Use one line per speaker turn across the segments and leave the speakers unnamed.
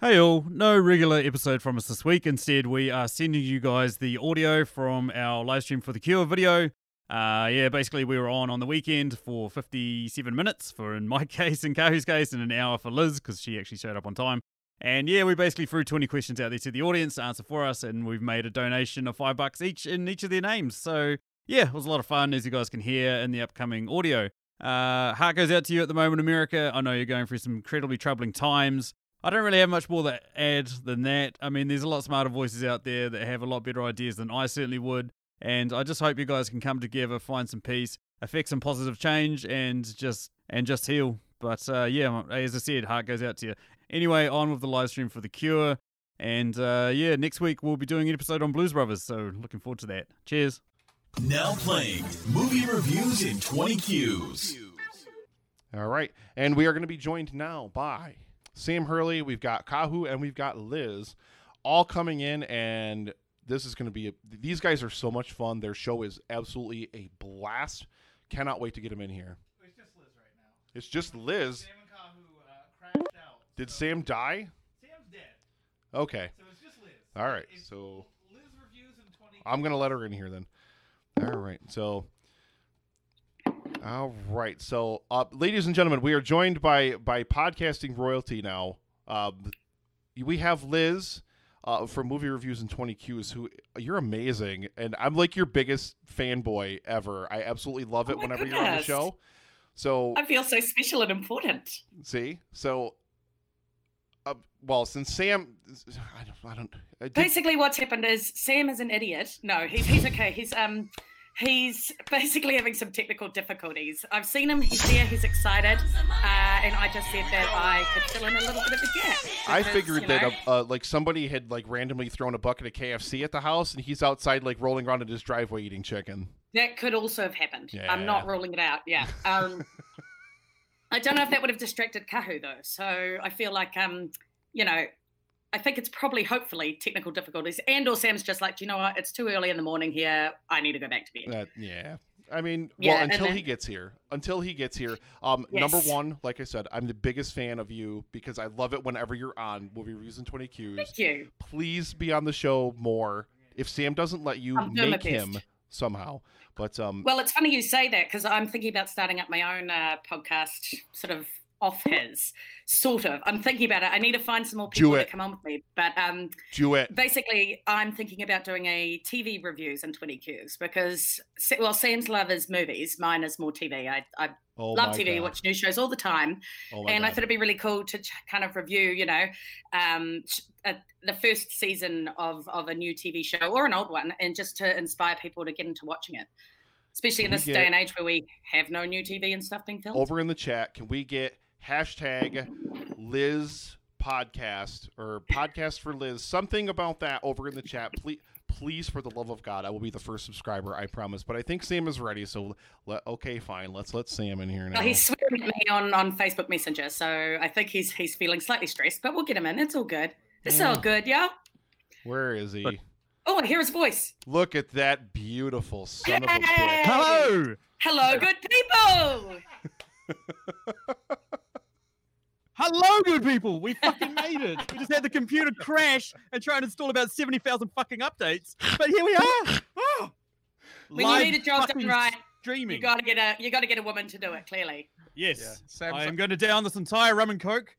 Hey all, no regular episode from us this week. Instead, we are sending you guys the audio from our live stream for the cure video. Uh, yeah, basically, we were on on the weekend for 57 minutes for, in my case, in Kahu's case, and an hour for Liz because she actually showed up on time. And yeah, we basically threw 20 questions out there to the audience to answer for us, and we've made a donation of five bucks each in each of their names. So yeah, it was a lot of fun, as you guys can hear in the upcoming audio. Uh, heart goes out to you at the moment, America. I know you're going through some incredibly troubling times. I don't really have much more to add than that. I mean, there's a lot smarter voices out there that have a lot better ideas than I certainly would. And I just hope you guys can come together, find some peace, affect some positive change, and just and just heal. But uh, yeah, as I said, heart goes out to you. Anyway, on with the live stream for the cure. And uh, yeah, next week we'll be doing an episode on Blues Brothers. So looking forward to that. Cheers.
Now playing movie reviews in 20 cues.
All right. And we are going to be joined now by Sam Hurley, we've got Kahu, and we've got Liz all coming in. And this is going to be, a, these guys are so much fun. Their show is absolutely a blast. Cannot wait to get them in here.
It's just Liz right now.
It's just Liz.
Sam and Kahu uh, crashed out.
Did Sam die?
Sam's dead,
Okay.
so it's just Liz.
All right.
It's
So
Liz reviews in 20.
I'm going to let her in here then. All right. So. All right, so uh, ladies and gentlemen, we are joined by by podcasting royalty now. Um, we have Liz uh, from Movie Reviews and Twenty Qs. Who you're amazing, and I'm like your biggest fanboy ever. I absolutely love it
Oh my
whenever you're on the
goodness.
show. So
I feel so special and important.
see, so uh, well, since Sam, I don't, I don't. I did-
Basically, what's happened is Sam is an idiot. No, he's he's okay. He's um he's basically having some technical difficulties. I've seen him. He's there. He's excited. Uh, and I just said that I could fill in a little bit of a gap.
I
because,
figured
you know,
that uh, like somebody had like randomly thrown a bucket of KFC at the house, and he's outside like rolling around in his driveway eating chicken.
That could also have happened. I'm not
Yeah.
ruling it out. Yeah. Um, I don't know if that would have distracted Kahu though. So I feel like, um, you know, I think it's probably hopefully technical difficulties, and or Sam's just like, "Do you know what? It's too early in the morning here. I need to go back to bed.
That yeah. I mean,
Yeah,
well,
and
until
then-
he gets here, until he gets here. Um, number
Yes.
one, like I said, I'm the biggest fan of you because I love it whenever you're on movie reviews and 20 Qs.
Thank you.
Please be on the show more. If Sam doesn't let you,
I'll do my
make him
best.
somehow. But um,
Well, it's funny you say that because I'm thinking about starting up my own uh, podcast, sort of off his, sort of. I'm thinking about it. I need to find some more
Do
people
it.
to come on with me, but um,
do it.
basically i'm thinking about doing a tv reviews and 20 qs because Sa- well sam's love is movies mine is more tv i, I
Oh
love
my
tv
God.
watch new shows all the time
Oh my
and i
God.
thought it'd be really cool to ch- kind of review you know um sh- uh, the first season of of a new tv show or an old one and just to inspire people to get into watching it especially in
We
this
get-
day and age where we have no new tv and stuff being filmed
over in the chat, can we get hashtag Liz podcast or podcast for Liz? Something about that over in the chat, please. Please, for the love of God, I will be the first subscriber. I promise. But I think Sam is ready, so le- okay, fine. Let's let Sam in here now.
Well, he's swearing at me on, on Facebook Messenger, so I think he's he's feeling slightly stressed, but we'll get him in. It's all good. It's all
Mm.
good, yeah.
Where is he?
But-
Oh, I hear his voice.
Look at that beautiful son of a bitch.
Yay!
Hello.
Hello, good people.
Hello, good people. We fucking made it. We just had the computer crash and try and install about seventy thousand fucking updates, but here we are. Oh.
When you need a job done right, you
streaming.
gotta get a you gotta get a woman to do it. Clearly,
yes,
Yeah, Sam's,
I am going to down this entire rum and coke.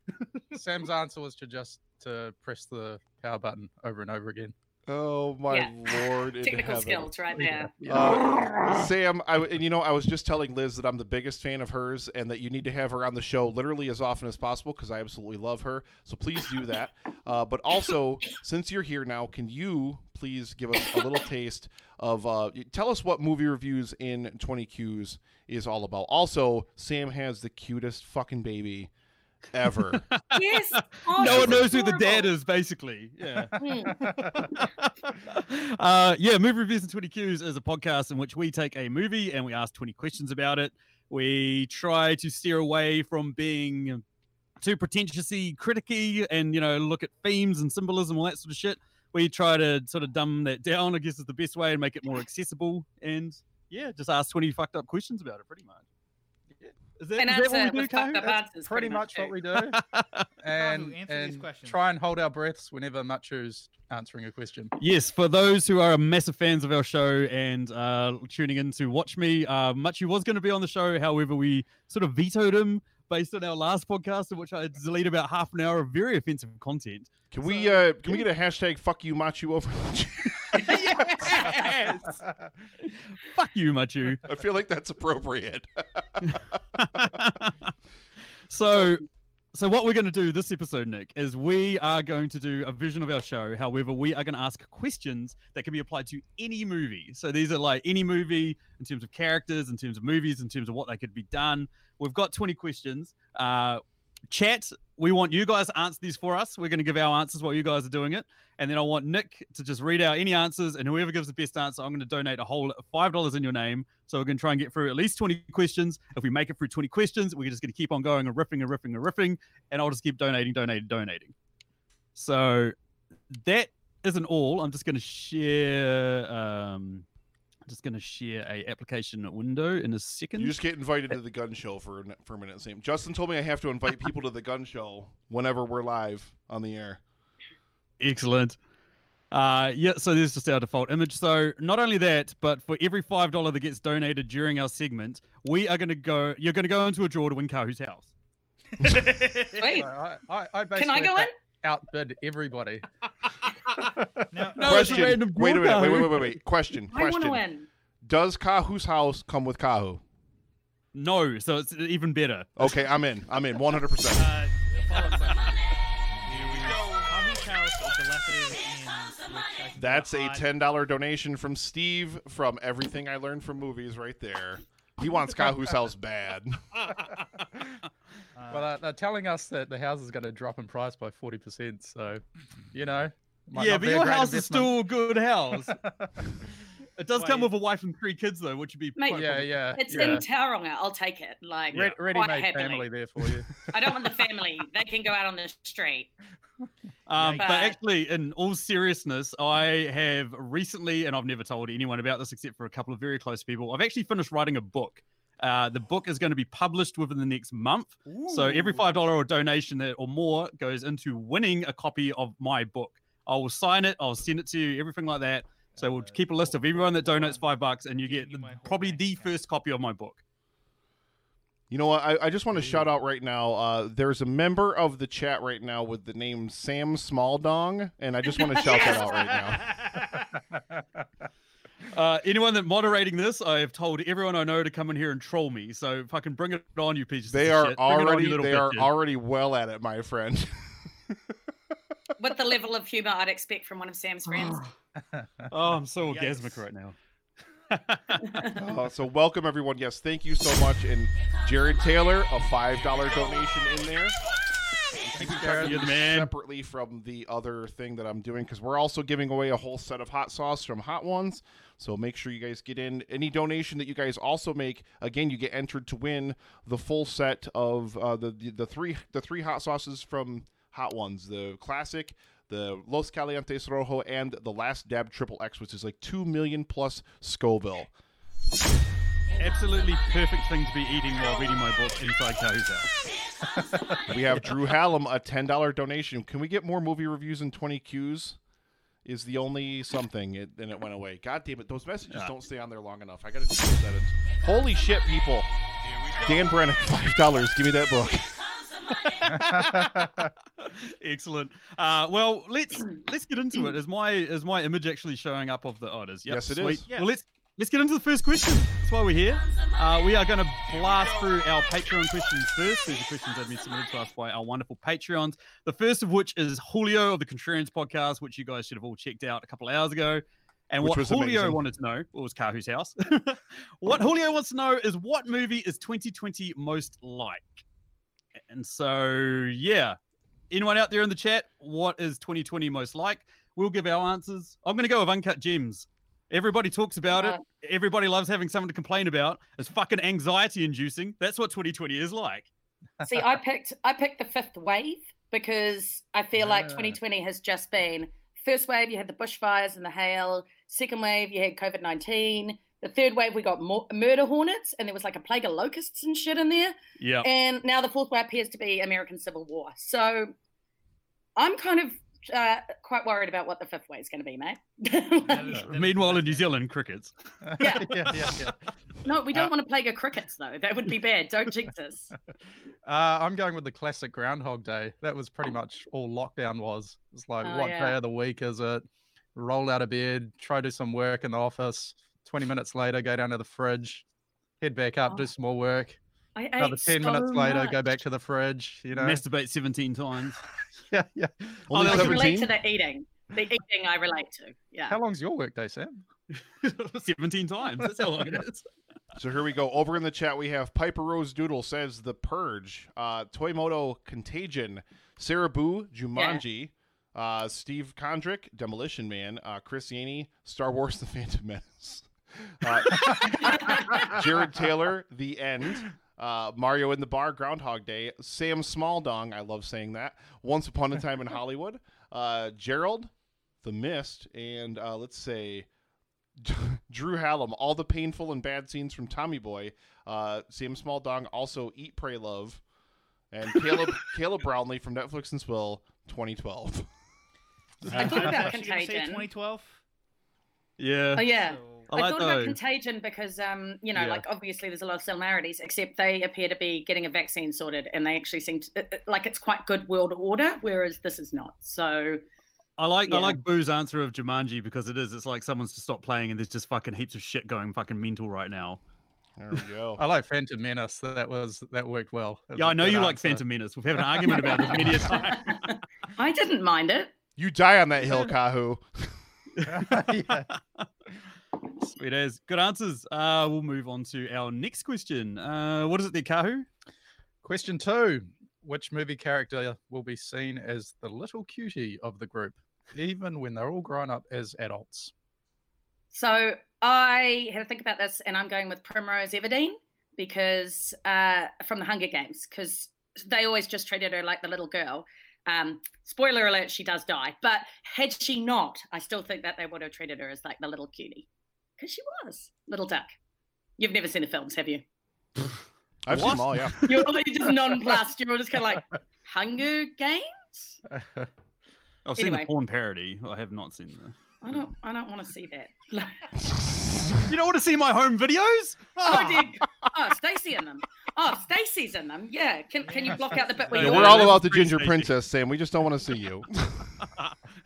Sam's answer was to just to press the power button over and over again.
Oh my
Yeah.
lord! in
technical
heaven.
skills, right there.
Uh, Sam, I and you know I was just telling Liz that I'm the biggest fan of hers and that you need to have her on the show literally as often as possible because I absolutely love her. So please do that. Uh, but also, since you're here now, can you please give us a little taste of uh, y- tell us what movie reviews in 20 Qs is all about? Also, Sam has the cutest fucking baby ever.
Yes. Oh,
no one knows who the dad is, basically. Yeah.
Hmm.
uh, yeah, Movie Reviews and 20 Qs is a podcast in which we take a movie and we ask 20 questions about it. We try to steer away from being too pretentiously criticky and, you know, look at themes and symbolism, all that sort of shit. We try to sort of dumb that down, I guess is the best way, and make it more accessible. And yeah, just ask 20 fucked up questions about it, pretty much. Yeah. Is that,
and
is that
answer
what we do,
with fucked up
Kahu?
answers.
Pretty much what
it.
we do.
answer
and,
these
and
questions.
try and hold our breaths whenever Machu's answering a question.
Yes, for those who are massive fans of our show and uh, tuning in to watch me, uh, Machu was going to be on the show. However, we sort of vetoed him based on our last podcast, in which I deleted about half an hour of very offensive content.
Can we uh, can we get a hashtag fuck you machu over?
Yes! Fuck you, Machu.
I feel like that's appropriate.
so so what we're going to do this episode nick is we are going to do a vision of our show however we are going to ask questions that can be applied to any movie so these are like any movie in terms of characters in terms of movies in terms of what they could be done we've got 20 questions uh chat we want you guys to answer these for us we're going to give our answers while you guys are doing it and then i want nick to just read out any answers and whoever gives the best answer i'm going to donate a whole five dollars in your name so we're going to try and get through at least 20 questions. If we make it through 20 questions, we're just going to keep on going and riffing and riffing and riffing. And I'll just keep donating, donating, donating. So that isn't all. I'm just going to share. Um, I'm just going to share a application window in a second.
You just get invited to the gun show for a, for a minute, Sam. Justin told me I have to invite people to the gun show whenever we're live on the air.
Excellent. Uh, yeah, so this is just our default image. So not only that, but for every five dollar that gets donated during our segment, we are going to go. You're going to go into a draw to win Kahu's house.
Wait,
So I, I, I
can I
basically
go in?
outbid everybody.
Now,
No, it's a
question.
random
wait a minute.
drawdown.
Wait, wait, wait, wait, wait. Question.
I want to
question.
win.
Does Kahu's house come with Kahu?
No, so it's even better.
Okay, I'm in. I'm in. 100. percent
uh, follow-up question. On whose house is the letter in which I can
That's a
hide-
ten dollar donation from Steve from Everything I Learned from Movies. Right there. He wants Kahu's house bad.
uh,
Well, uh, they're telling us that the house is going to drop in price by 40%. So, you know. might
yeah,
not
but
be a
your
great
house is
investment.
still a good house. it does come
Wait.
with a wife and three kids though, which would be
Mate,
quite
Yeah,
problematic.
yeah.
It's
yeah.
in Tauranga. I'll take it. Like
Re-
quite
ready-made
happily.
family there for you.
I don't want the family. they can go out on the street.
Um, but
But-
actually, in all seriousness, I have recently, and I've never told anyone about this except for a couple of very close people. I've actually finished writing a book. Uh, the book is going to be published within the next month. So every five dollar or donation that or more goes into winning a copy of my book. I will sign it. I'll send it to you. Everything like that. So we'll keep a list of everyone that donates five bucks, and you get
Giving Uh, you my whole
probably
bank
the
account.
first copy of my book.
You know what? I, I just want to shout out right now. Uh, there's a member of the chat right now with the name Sam Smalldong, and I just want to shout that out right now.
Uh, anyone that moderating this, I have told everyone I know to come in here and troll me. So fucking bring it on, you pieces.
They
of
are
shit. Bring it on, you
already
little
they are
bitches.
already well at it, my friend.
With the level of humor I'd expect from one of Sam's friends.
Oh, I'm so
Yikes.
orgasmic right now.
Uh, so welcome everyone. Yes, thank you so much. And Jared Taylor, a five dollar donation in there.
Thank you,
Check
Jared.
You're the
these
man.
Separately from the other thing that I'm doing, because we're also giving away a whole set of hot sauce from Hot Ones. So make sure you guys get in. Any donation that you guys also make, again, you get entered to win the full set of uh, the, the the three the three hot sauces from Hot Ones: the classic, the Los Calientes Rojo, and the Last Dab Triple X, which is like two million plus Scoville.
Absolutely perfect thing to be eating while reading my book inside Kahu's house.
We have Drew Hallam, a ten dollar donation. Can we get more movie reviews in twenty Qs? Is the only something, it, and it went away. God damn it! Those messages
Yeah.
don't stay on there long enough. I gotta change that. in. Holy shit, people! Dan Brennan, five dollars. Give me that book.
Excellent. Uh, well, let's let's get into it. Is my is my image actually showing up of the orders?
Yes, it
it is.
is.
Well, let's let's get into the first question. That's why we're here. Uh, we are going to blast through our Patreon questions first. These are questions that have been submitted to us by our wonderful Patreons. The first of which is Julio of the Contrarians podcast, which you guys should have all checked out a couple hours ago. And
Which
what
was
Julio
amazing.
wanted to know well, it was Kahu's house. what Julio wants to know is what movie is 2020 most like? And so, yeah, anyone out there in the chat, what is 2020 most like? We'll give our answers. I'm going to go with Uncut Gems. Everybody talks about it. Everybody loves having something to complain about. It's fucking anxiety inducing. That's what 2020 is like.
See, I picked I picked the fifth wave because I feel like
Ah.
2020 has just been first wave. You had the bushfires and the hail. Second wave, you had COVID 19. The third wave, we got mo- murder hornets, and there was like a plague of locusts and shit in there.
Oh.
Yeah.
And now the fourth wave appears to be American Civil War. So I'm kind of uh, quite worried about what the fifth wave is going to be, mate.
Yeah.
Meanwhile, in New Zealand, crickets.
Yeah.
yeah, yeah, yeah.
no, we don't
Uh,
want a plague of crickets, though. That would be bad. Don't jinx us.
Uh, I'm going with the classic Groundhog Day. That was pretty much all lockdown was. It's like,
Oh,
what day
yeah.
of the week is it? Roll out of bed, try do some work in the office. 20 minutes later, go down to the fridge, head back up,
Oh.
do some more work.
I
Another
ate
10 minutes
so
later, go
much.
back to the fridge, you know?
Masturbate 17 times.
yeah, yeah.
Only
I
Oh, that
can
was-
relate
17?
to the eating. The eating I relate to. Yeah.
How long's your work day, Sam?
17 times. That's how long it is.
So here we go. Over in the chat, we have Piper Rose Doodle says The Purge, uh, Toymoto Contagion, Sarah Boo, Jumanji, uh, Steve Kondrick, Demolition Man, uh, Chris Yaney, Star Wars The Phantom Menace, uh, Jared Taylor, The End, uh, Mario in the Bar, Groundhog Day, Sam Smalldong, I love saying that, Once Upon a Time in Hollywood, uh, Gerald, The Mist, and uh, let's say. Drew Hallam, all the painful and bad scenes from Tommy Boy. Uh, Sam Smalldong also Eat, Pray, Love, and Caleb Caleb Brownlee from Netflix and Swill, 2012.
I thought about
Did you say
Contagion.
2012?
Yeah.
Oh yeah.
I
I,
like
thought
though.
about contagion because, um, you know,
Yeah.
like obviously there's a lot of similarities, except they appear to be getting a vaccine sorted, and they actually seem to, it- it- like it's quite good world order, whereas this is not. So
I like I
Yeah.
like Boo's answer of Jumanji because it is. It's like someone's to stop playing and there's just fucking heaps of shit going fucking mental right now.
There we go.
Uh,
I like Phantom Menace. That was that worked well. It was
Yeah,
a
I know
good
you like
answer.
Phantom Menace. We've had an argument about this many a time.
I didn't mind it.
You die on that hill, Kahu.
yeah.
Sweet as. Good answers. Uh, we'll move on to our next question. Uh, what is it there, Kahu?
Question two Which movie character will be seen as the little cutie of the group, even when they're all grown up as adults?
So I had to think about this, and I'm going with Primrose Everdeen because uh, from the Hunger Games, because they always just treated her like the little girl. Um, spoiler alert: she does die, but had she not, I still think that they would have treated her as like the little cutie, because she was little duck. You've never seen the films, have you?
I've seen
What?
them all, yeah.
You're you're just nonplussed. You're just kind of like Hunger Games.
I've seen
Anyway.
the porn parody. I have not seen the.
I don't. I don't want to see that.
You don't want to see my home videos?
oh, dude. Oh, Stacey in them. Oh, Stacey's in them. Yeah. Can Can you block out the bit where
Yeah,
Yeah,
you
we're
are-
all
that's
about the
pretty
Ginger
sneaky.
Princess, Sam. We just don't want to see you.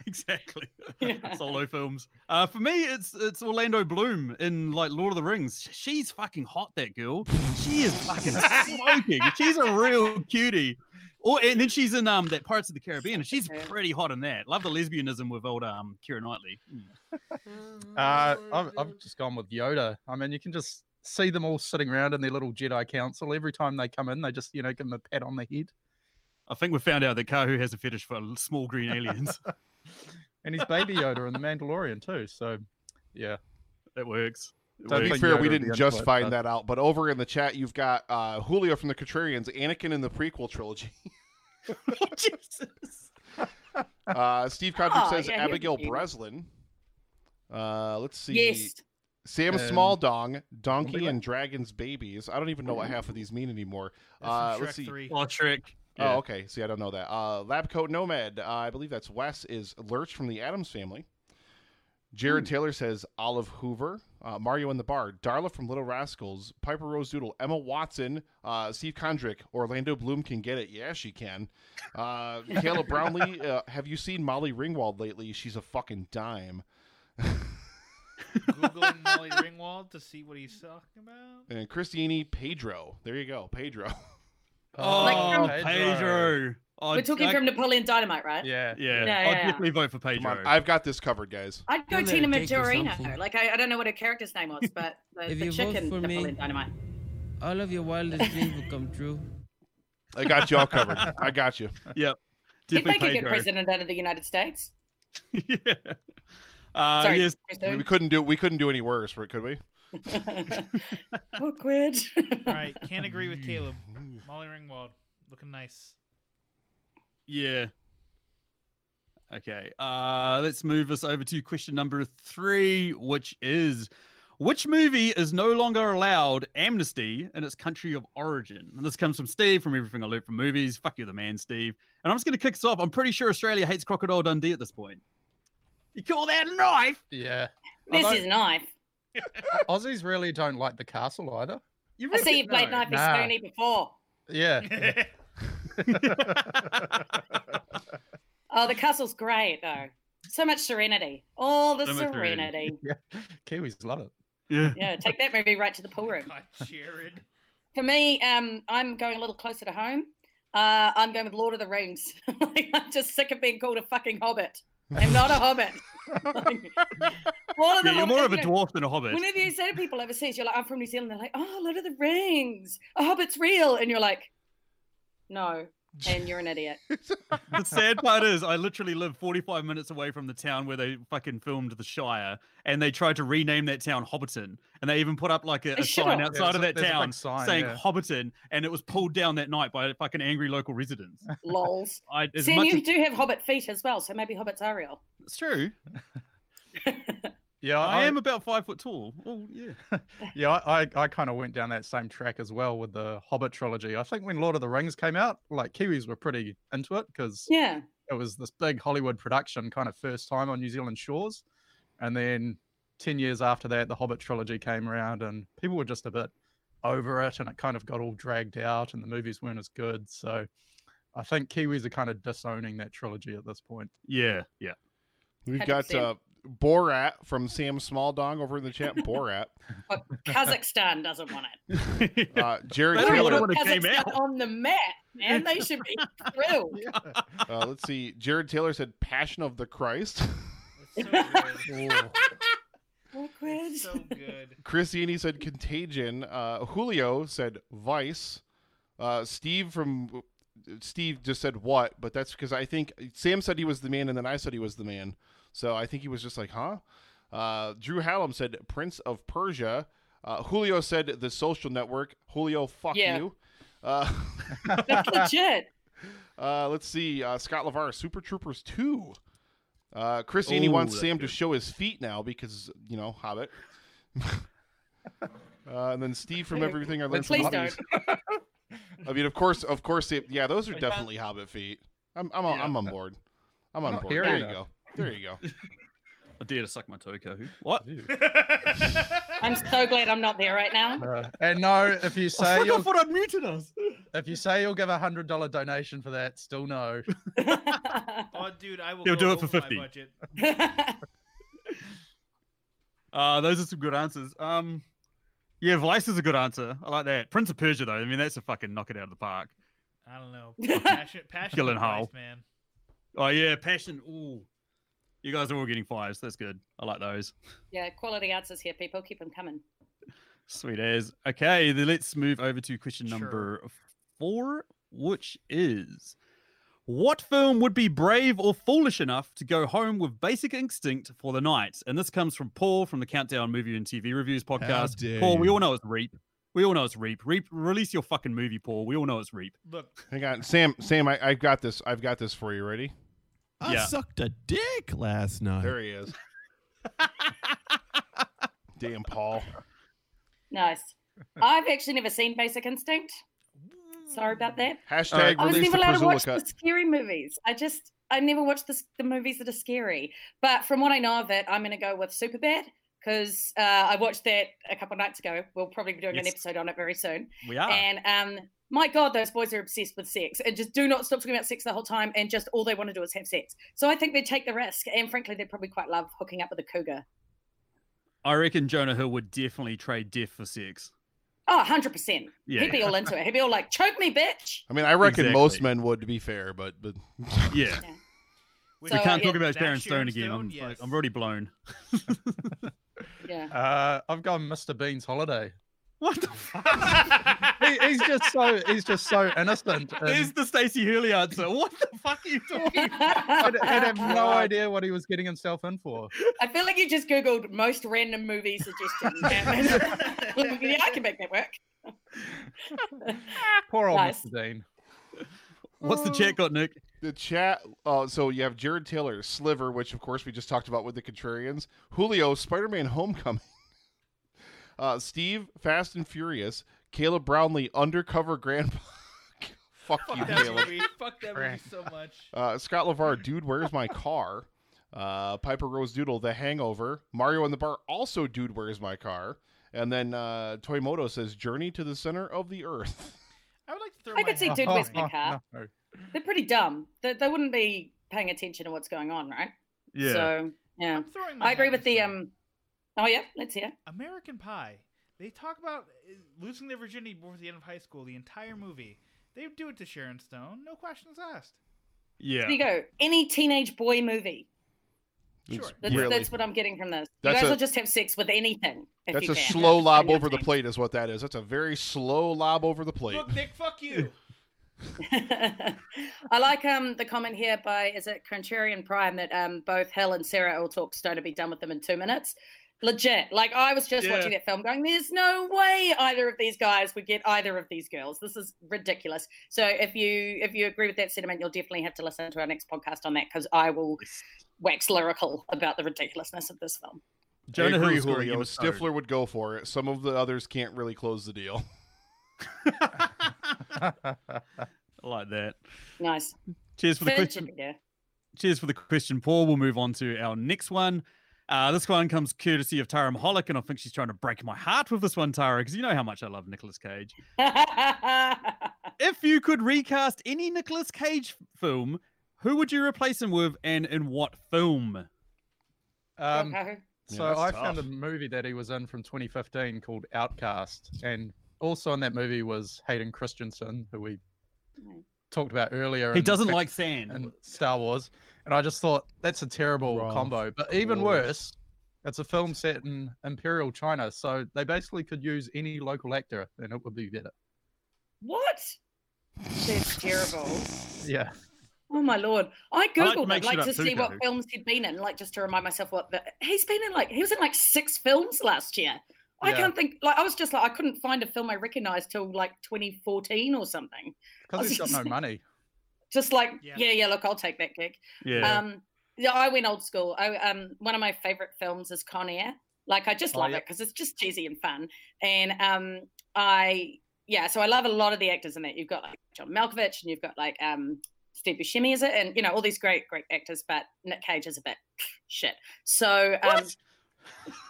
exactly.
Yeah.
Solo films. Uh, for me, it's it's Orlando Bloom in like Lord of the Rings. Sh- She's fucking hot, that girl. She is fucking smoking. She's a real cutie. Or and then she's in um that Pirates of the Caribbean. and She's
Yeah.
pretty hot in that. Love the lesbianism with old um Kira Knightley.
Uh, I've,
Mm-hmm.
I've just gone with Yoda. I mean, you can just see them all sitting around in their little Jedi council. Every time they come in, they just, you know, give them a pat on the head.
I think we found out that Kahu has a fetish for l- small green aliens.
And he's Baby Yoda in The Mandalorian, too. So, yeah.
that works. It
Don't
to be
works.
think
fair,
Yoda
we
would be
didn't
into
just
it,
find
but-
that out. But over in the chat, you've got uh, Julio from the Contrarians, Anakin in the prequel trilogy.
Jesus.
Uh, Steve Kondrick
Oh,
says
yeah, he would
Abigail
be cute.
Breslin. Uh, let's see.
Yes.
Sam
Um,
Smalldong, Donkey
like-
and Dragon's Babies. I don't even know what half of these mean anymore.
That's
Uh,
from Shrek
let's see.
3.
Oh, trick.
Oh, okay. See, I don't know that. Uh, Lab Coat Nomad. Uh, I believe that's Wes is Lurch from the Adams Family. Jared
Hmm.
Taylor says Olive Hoover, uh, Mario in the Bar, Darla from Little Rascals, Piper Rose Doodle, Emma Watson, uh, Steve Kondrick, Orlando Bloom can get it. Yeah, she can. Uh, Caleb Brownlee, uh, have you seen Molly Ringwald lately? She's a fucking dime.
Googling Molly Ringwald to see what he's talking about.
And Christiane Pedro. There you go, Pedro.
Oh,
Like from-
Pedro. Oh,
We're talking
I-
from Napoleon Dynamite, right?
Yeah.
Yeah,
Yeah,
I'd
yeah, yeah.
definitely vote for
Come
Pedro.
on, I've got this covered, guys.
I'd go
I'm gonna
Tina
dig for
Majorino.
something.
Like I, I don't know what her character's name was, but the,
If
the
you
chick
vote
in
for me-
Napoleon Dynamite.
All of your wildest dreams will come true.
I got you all covered. I got you.
Did they
definitely
could get
Pedro.
president out of the United States?
yeah. Uh,
Sorry.
yes,
I mean,
President.
we couldn't do we couldn't do any worse, could we?
Awkward.
All right, can't agree with Caleb. Molly Ringwald, looking nice.
yeah. Okay. Uh, let's move us over to question number three, which is Which movie is no longer allowed amnesty in its country of origin? And this comes from Steve from Everything I Learned from Movies. Fuck you, the man, Steve. And I'm just going to kick this off. I'm pretty sure Australia hates Crocodile Dundee at this point. You call that a knife?
Yeah.
This
Although-
is knife.
Aussies really don't like the castle either.
You
I see you played
no.
knife is
nah.
Stony before.
Yeah.
Oh, the castle's great though. So much serenity. All the
So much serenity.
serenity.
Kiwis love it.
yeah.
yeah, take that movie right to the pool room.
God, Jared.
For me, um, I'm going a little closer to home. Uh, I'm going with Lord of the Rings. like, I'm just sick of being called a fucking hobbit. I'm not a hobbit. Like, Lord of the
Yeah, you're
Rings-
more of a
you know,
dwarf than a hobbit.
Whenever you say to people overseas, you're like, I'm from New Zealand, they're like, oh, Lord of the Rings, a hobbit's real. And you're like, no, and you're an idiot.
the sad part is I literally live 45 minutes away from the town where they fucking filmed The Shire and they tried to rename that town Hobbiton and they even put up like a, a
They should
sign
have.
outside
There's
of
a-
that
there's a big
town
sign,
saying
yeah.
Hobbiton and it was pulled down that night by fucking angry local residents.
Lols.
I, as
Sam,
much
you
as,
do have hobbit feet as well, so maybe hobbits are real.
it's true.
Yeah,
I am about five foot tall. Oh yeah.
Yeah, I, I, I kind of went down that same track as well with the Hobbit trilogy. I think when Lord of the Rings came out, like Kiwis were pretty into it because
Yeah.
it was this big Hollywood production, kind of first time on New Zealand shores. And then 10 years after that, the Hobbit trilogy came around and people were just a bit over it and it kind of got all dragged out and the movies weren't as good. So I think Kiwis are kind of disowning that trilogy at this point.
Yeah, yeah.
We've
Had to
got
say-
uh, Borat from Sam Smalldong over in the chat. Borat,
But Kazakhstan doesn't want it.
uh, Jared
They don't
Taylor.
even when it came
Kazakhstan
out.
on the map, and they should be thrilled.
Uh, let's see. Jared Taylor said "Passion of the Christ."
It's so good.
Awkward.
It's so good.
Chrisiani said "Contagion." Uh, Julio said "Vice." Uh, Steve from Steve just said "What?" But that's because I think Sam said he was the man, and then I said he was the man. So I think he was just like, "Huh?" Uh, Drew Hallam said "Prince of Persia." Uh, Julio said "The Social Network." Julio, fuck
Yeah.
you. Uh,
That's legit.
uh, let's see. Uh, Scott Lavar, Super Troopers two. Uh, Christiani
Ooh,
wants
that's
Sam to
good.
show his feet now because you know Hobbit. uh, and then Steve from everything I learned from
Please
Hobbies.
don't.
I mean, of course, of course, it, yeah, those are definitely Hobbit feet. I'm, I'm, on- I'm on board. I'm on
Oh,
Not
board.
hairy
There you
enough.
go. There you go.
I dare to suck my toe, Kohu. What?
I'm so glad I'm not there right now.
Uh, and no, if you say
I
you'll,
thought I'd muted us.
if you say you'll give a hundred dollar donation for that, still no.
Oh, dude, I will.
He'll
go
do it for
over my
50.
budget.
Uh, those are some good answers. Um, yeah, Vice is a good answer. I like that. Prince of Persia, though. I mean, that's a fucking knock it out of the park.
I don't know. Passion, passion
Gyllenhaal.
advice, man.
Oh yeah, passion. Ooh, you guys are all getting fives. That's good. I like those.
yeah, quality answers here, people. Keep them coming.
Sweet as. Okay, then let's move over to question
Sure.
number four, which is what film would be brave or foolish enough to go home with basic instinct for the night? And this comes from Paul from the Countdown Movie and TV Reviews podcast.
dare
Paul, we
you.
all know it's Reap. We all know it's Reap. Reap, release your fucking movie, Paul. We all know it's Reap.
Look,
Hang on, Sam. Sam, I, I've got this. I've got this for you. Ready?
I
Yeah.
sucked a dick last night.
There he is. Damn, Paul.
Nice. I've actually never seen Basic Instinct. Sorry about that.
Hashtag
I was
release the
never allowed to
Priscilla
watch
cut.
the scary movies. I just I never watched the, s- the movies that are scary. But from what I know of it, I'm going to go with Superbad because uh, I watched that a couple nights ago. We'll probably be doing an
Yes.
episode on it very soon.
We
Ah.
are.
And um, my God, those boys are obsessed with sex and just do not stop talking about sex the whole time. And just all they want to do is have sex. So I think they'd take the risk. And frankly, they'd probably quite love hooking up with a cougar.
I reckon Jonah Hill would definitely trade death for sex.
Oh, 100%. He'd
Yeah.
be all into it. He'd be all like, choke me, bitch.
I mean, I reckon most
Exactly.
men would, to be fair, but but
Yeah.
with
So,
we
that-
can't
yeah,
talk about
that
Sharon Stone
Sharon
again.
Stone,
I'm,
yes.
like, I'm already blown.
Yeah.
Uh, I've gone Mr. Bean's holiday.
What the
Um,
fuck?
He, he's just so he's just so innocent. and-
There's the Stacey Hurley answer. What the fuck are you talking about?
I'd, I'd have no
I
idea what he was getting himself in for.
feel like you just googled most random movie suggestions. yeah, I can make that work.
Poor old
Nice.
Mr. Dean.
What's the chat got, Nick?
the chat. Uh, so you have Jared Taylor, Sliver, which of course we just talked about with the Contrarians. Julio, Spider-Man: Homecoming. Uh, Steve, Fast and Furious, Caleb Brownlee, Undercover Grandpa. Fuck you,
Fuck that
Caleb.
movie. Fuck that movie so much.
Uh, Scott Lavar, dude, where's my car? Uh, Piper Rose Doodle, The Hangover, Mario in the Bar, also dude, where's my car? And then uh, Toymoto says, Journey to the Center of the Earth.
I would like to throw.
I
my
could see Dude Where's My Car?
Oh, no.
They're pretty dumb. They, they wouldn't be paying attention to what's going on, right?
Yeah.
So yeah,
I'm throwing my
I agree
hat
with
in
the
saying
um. Oh yeah, let's hear.
American Pie. They talk about uh, losing their virginity before the end of high school. The entire movie. They do it to Sharon Stone. No questions asked.
Yeah.
There you go. Any teenage boy movie.
Sure.
It's
That's,
really-
that's what I'm getting from this.
That's
you guys
a-
will just have sex with anything. If
that's
you
a
can.
slow lob
And
over the
nothing.
plate, is what that is. That's a very slow lob over the plate.
Look, Nick, fuck you.
I like um the comment here by is it Cruncharian Prime that um both Hill and Sarah will talk stone to be done with them in two minutes. Legit. Like I was just watching that film going, There's no way either of these guys would get either of these girls. This is ridiculous. So if you if you agree with that sentiment, you'll definitely have to listen to our next podcast on that because I will wax lyrical about the ridiculousness of this film.
I
Jonah
agree,
Hill's gonna
Julio.
give us code.
Stifler would go for it. Some of the others can't really close the deal.
I like that.
Nice.
Cheers for the
Third
question.
should be there.
Cheers for the question, Paul. We'll move on to our next one. Uh, this one comes courtesy of Tara Maholic, and I think she's trying to break my heart with this one, Tara, because you know how much I love Nicolas Cage. If you could recast any Nicolas Cage f- film, who would you replace him with, and in what film?
Um,
Okay.
Yeah,
So
that's
I
tough.
found a movie that he was in from 2015 called Outcast, and also in that movie was Hayden Christensen, who we
Mm.
talked about earlier.
Um,
He
in
doesn't
Fast
like sand.
and Star Wars, and I just thought that's a terrible
Wrong.
combo. But even
course.
worse, it's a film set in Imperial China, so they basically could use any local actor, and it would be better.
What? That's terrible.
Yeah,
Oh my lord! I
I like to
googled
make
it, like
shit
to
up too,
see what
Kato.
films he'd been in, like just to remind myself what the, he's been in. Like he was in like six films last year. I
Yeah.
can't think. Like I was just like I couldn't find a film I recognized till like 2014 or something.
because he's got no
Obviously.
money.
Just like
Yeah.
yeah, yeah. look, I'll take that gig.
yeah.
Um, yeah, I went old school. I, um, one of my favorite films is Con Air. Like I just
Oh,
love it 'cause
yeah.
it because it's just cheesy and fun. And um, I yeah, so I love a lot of the actors in that. You've got like John Malkovich, and you've got like um, Steve Buscemi, is it? And you know all these great, great actors. But Nick Cage is a bit shit. So um,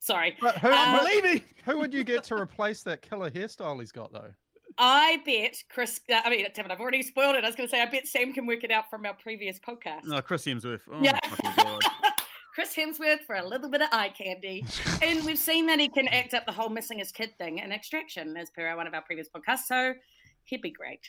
sorry,
But who,
Uh,
believe who would you get to replace that killer hairstyle he's got though?
I bet Chris. uh, I mean, damn it, I've already spoiled it. I was going to say I bet Sam can work it out from our previous podcast.
no, Chris Hemsworth. Oh,
Yeah.
fucking God.
Chris Hemsworth for a little bit of eye candy. And we've seen that he can act up the whole missing his kid thing in Extraction, as per one of our previous podcasts. So he'd be great.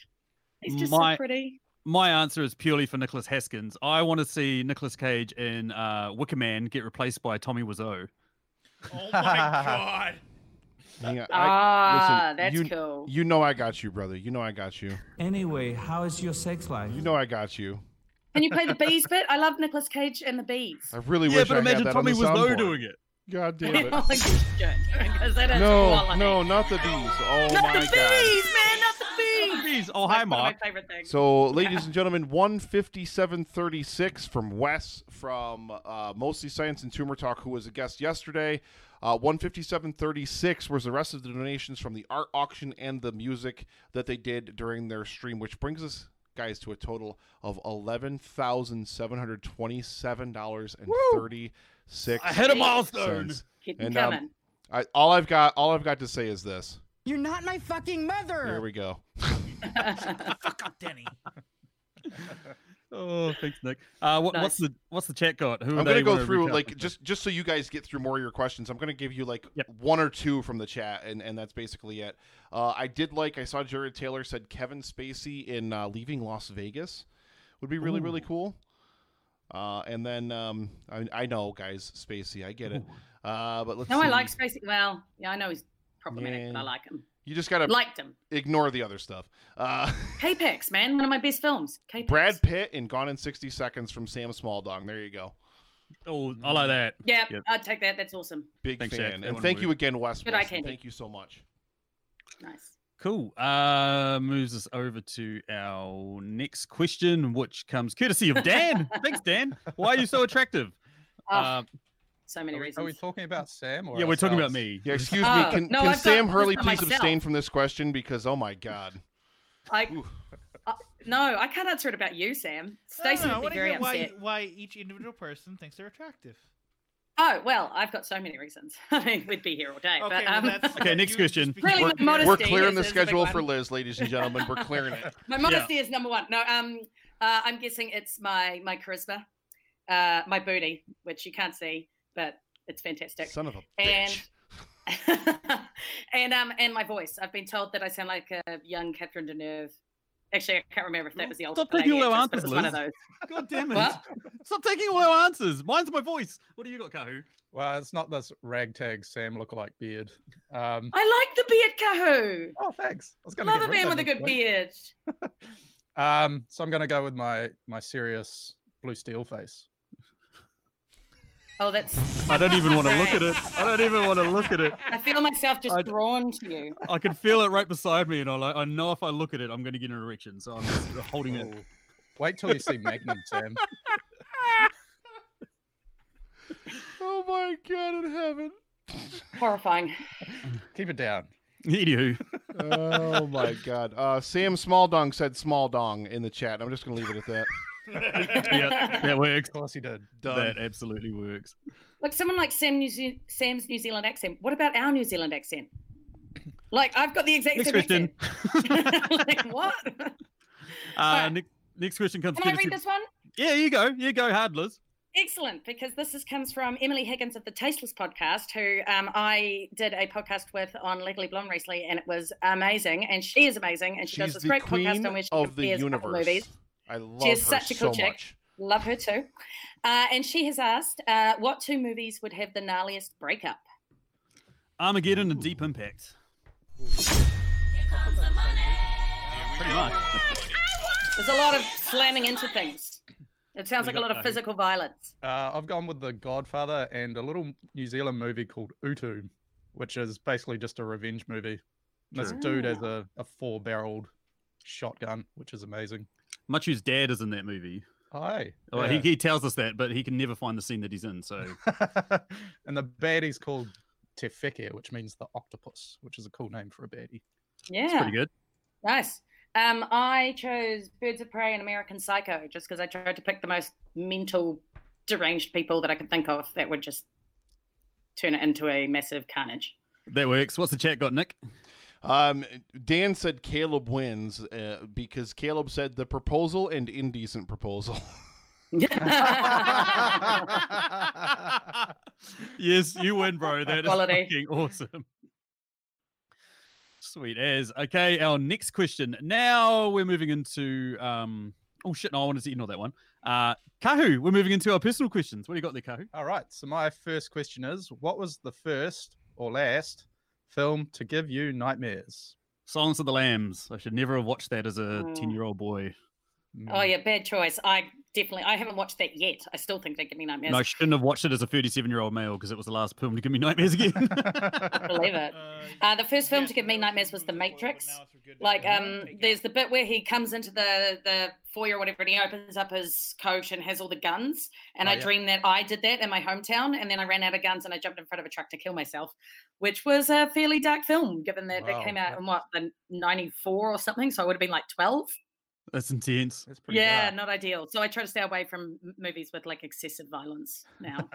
He's just
My-
so pretty.
My answer is purely for Nicholas Haskins. I want to see Nicolas Cage in uh, Wicker Man get replaced by Tommy Wiseau.
Oh my god.
Yeah, I-
Ah,
listen,
that's
you-
cool.
you know I got you, brother. You know I got you.
Anyway, how is your sex life?
You know I got you.
Can you play the bees bit? I love Nicolas Cage and the bees.
I really
yeah,
wish
but
I
imagine
had that
Tommy
on the
Wiseau
soundboard.
doing it.
God damn it.
Oh, Because that is
No,
quality.
no, not the bees. Oh
Not
my
the bees,
god.
man, not the bees.
Jeez. Oh, hi,
That's one of
Mark.
my favorite things.
So, ladies and gentlemen, 157.36 from Wes from uh, Mostly Science and Tumor Talk, who was a guest yesterday. Uh, 157.36 was the rest of the donations from the art auction and the music that they did during their stream, which brings us, guys, to a total of $11,727.36.
I hit a milestone.
cents.
Keep them
And
coming.
um, I, all I've got, all I've got to say is this.
You're not my fucking mother.
Here we go.
fuck up, Denny.
Oh, thanks, Nick. Uh, what, What's
Nice.
the what's the chat got? Who are
I'm
they
gonna go
wanna reach
through
out
like
to?
just just so you guys get through more of your questions. I'm gonna give you like
Yep.
one or two from the chat, and and that's basically it. Uh, I did like I saw Jared Taylor said Kevin Spacey in uh, Leaving Las Vegas would be really really cool. Uh, and then um, I, I know guys Spacey, I get it. Uh, but let's
no, I
see.
like Spacey. Well, yeah, I know he's problematic, but
Yeah.
I like him.
you just gotta
Liked him.
ignore the other stuff. Uh,
Capex, man, one of my best films. Capex.
Brad Pitt in Gone in 60 Seconds from Sam Smalldong. There you go.
Oh, I like that.
Yeah,
Yep.
I'd take that. That's awesome.
Big
Thanks, Jack.
fan,
That
and
one
thank
worked.
you again, Wes.
Good eye
Wilson.
candy.
Thank you so much.
Nice.
Cool. Uh, moves us over to our next question, which comes courtesy of Dan. Thanks, Dan. Why are you so attractive?
Ah.
Um,
So many
Are we,
reasons.
are we talking about Sam? Or
Yeah, we're talking about
ourselves?
me.
Yeah, excuse
Oh,
me. Can,
no,
can
I've got-
Sam Hurley
I've got
please abstain
myself.
from this question? Because oh my god,
I,
Ooh.
uh, no, I can't answer it about you, Sam. Stacy
I
would
want
be
to
very
hear
upset.
why, why each individual person thinks they're attractive.
Oh well, I've got so many reasons. I mean, we'd be here all day.
Okay,
but, um,
well, that's,
Okay, next
you just
question.
became
Really,
a
my
we're
modesty
weird-
Honesty
clearing
is-
the
is a big
schedule for
one.
Liz, ladies and gentlemen. We're clearing it.
My modesty is number one. No, um, uh, I'm guessing it's my my charisma, uh, my booty, which you can't see, but it's fantastic,
Son of a bitch.
and and um and my voice. I've been told that I sound like a young Catherine Deneuve. Actually, I can't remember if that was the old
Stop
lady
taking low
actress,
answers,
but it's one of
Liz.
those.
God damn it!
What?
Stop taking all our answers. Mine's my voice. What do you got, Kahu?
Well, it's not this ragtag Sam lookalike beard. Um,
I like the beard, Kahoo.
oh, thanks. I was gonna
Love
get
a
rid
man with
of
a
it,
good
but-
beard.
Um, so I'm gonna go with my my serious blue steel face.
Oh, that's.
I don't even want to look at it. I don't even want to look at it.
I feel myself just
I-
drawn to you.
I can feel it right beside me, and I like. I know if I look at it, I'm going to get an erection, so I'm just holding it.
Wait till you see Magnum, Sam.
Oh my god in heaven.
Horrifying.
Keep it down.
Anywho,
Oh my god. Uh, Sam Small Dong said Small Dong in the chat. I'm just gonna leave it at that.
yeah, that works.
Of course he did.
That absolutely works.
Like someone like Sam New Ze- Sam's New Zealand accent. What about our New Zealand accent? Like I've got the exact
Next
same
question.
accent. like what? Can
Uh, next, next question comes.
I
courtesy-
read this one?
Yeah, you go. You go hard, Liz.
Excellent, because this is, comes from Emily Higgins of the Tasteless podcast, who um, I did a podcast with on Legally Blonde recently, and it was amazing. And she is amazing, and she
She's
does this
the
great
queen
podcast on where she
of the
compares couple
universe.
movies.
I love
is
her
such a cool
so
chick.
much.
Love her too. Uh, and she has asked, uh, what two movies would have the gnarliest breakup?
Armageddon and Deep Impact. Pretty much.
There's a lot of slamming into things. It sounds
We
like a
got
lot of
that.
physical violence.
Uh, I've gone with The Godfather and a little New Zealand movie called Utu, which is basically just a revenge movie. This
Sure.
dude has a, a four barreled shotgun, which is amazing.
Machu's dad is in that movie.
Hi.
Oh, he, he tells us that, but he can never find the scene that he's in. So
and the baddie's called Tefeke, which means the octopus, which is a cool name for a baddie.
Yeah,
pretty good.
nice. Um, I chose Birds of Prey and American Psycho just because I tried to pick the most mental, deranged people that I could think of that would just turn it into a massive carnage.
That works. What's the chat got, Nick?
Um, Dan said Caleb wins uh, because Caleb said the proposal and indecent proposal.
yes, you win, bro. That is
Quality.
fucking awesome. Sweet as. Okay, our next question. Now we're moving into um oh shit, no, I wanted to ignore that one. Uh Kahu, we're moving into our personal questions. What do you got there, Kahu?
All right. So my first question is, what was the first or last film to give you nightmares?
Silence of the Lambs. I should never have watched that as a
Mm.
10 year old boy.
oh yeah, bad choice. I definitely I haven't watched that yet. I still think they give me nightmares.
And I shouldn't have watched it as a 37 year old male because it was the last film to give me nightmares again.
I believe it. Uh, the first film to give me nightmares was The Matrix. Like, um, there's the bit where he comes into the the foyer or whatever, and he opens up his coat and has all the guns. And
Oh,
I
yeah.
dreamed that I did that in my hometown, and then I ran out of guns and I jumped in front of a truck to kill myself, which was a fairly dark film, given that
Wow,
that came out
yeah.
in what the '94 or something. So I would have been like 12.
That's intense.
That's pretty
Yeah,
dark.
not ideal. So I try to stay away from m- movies with like excessive violence. Now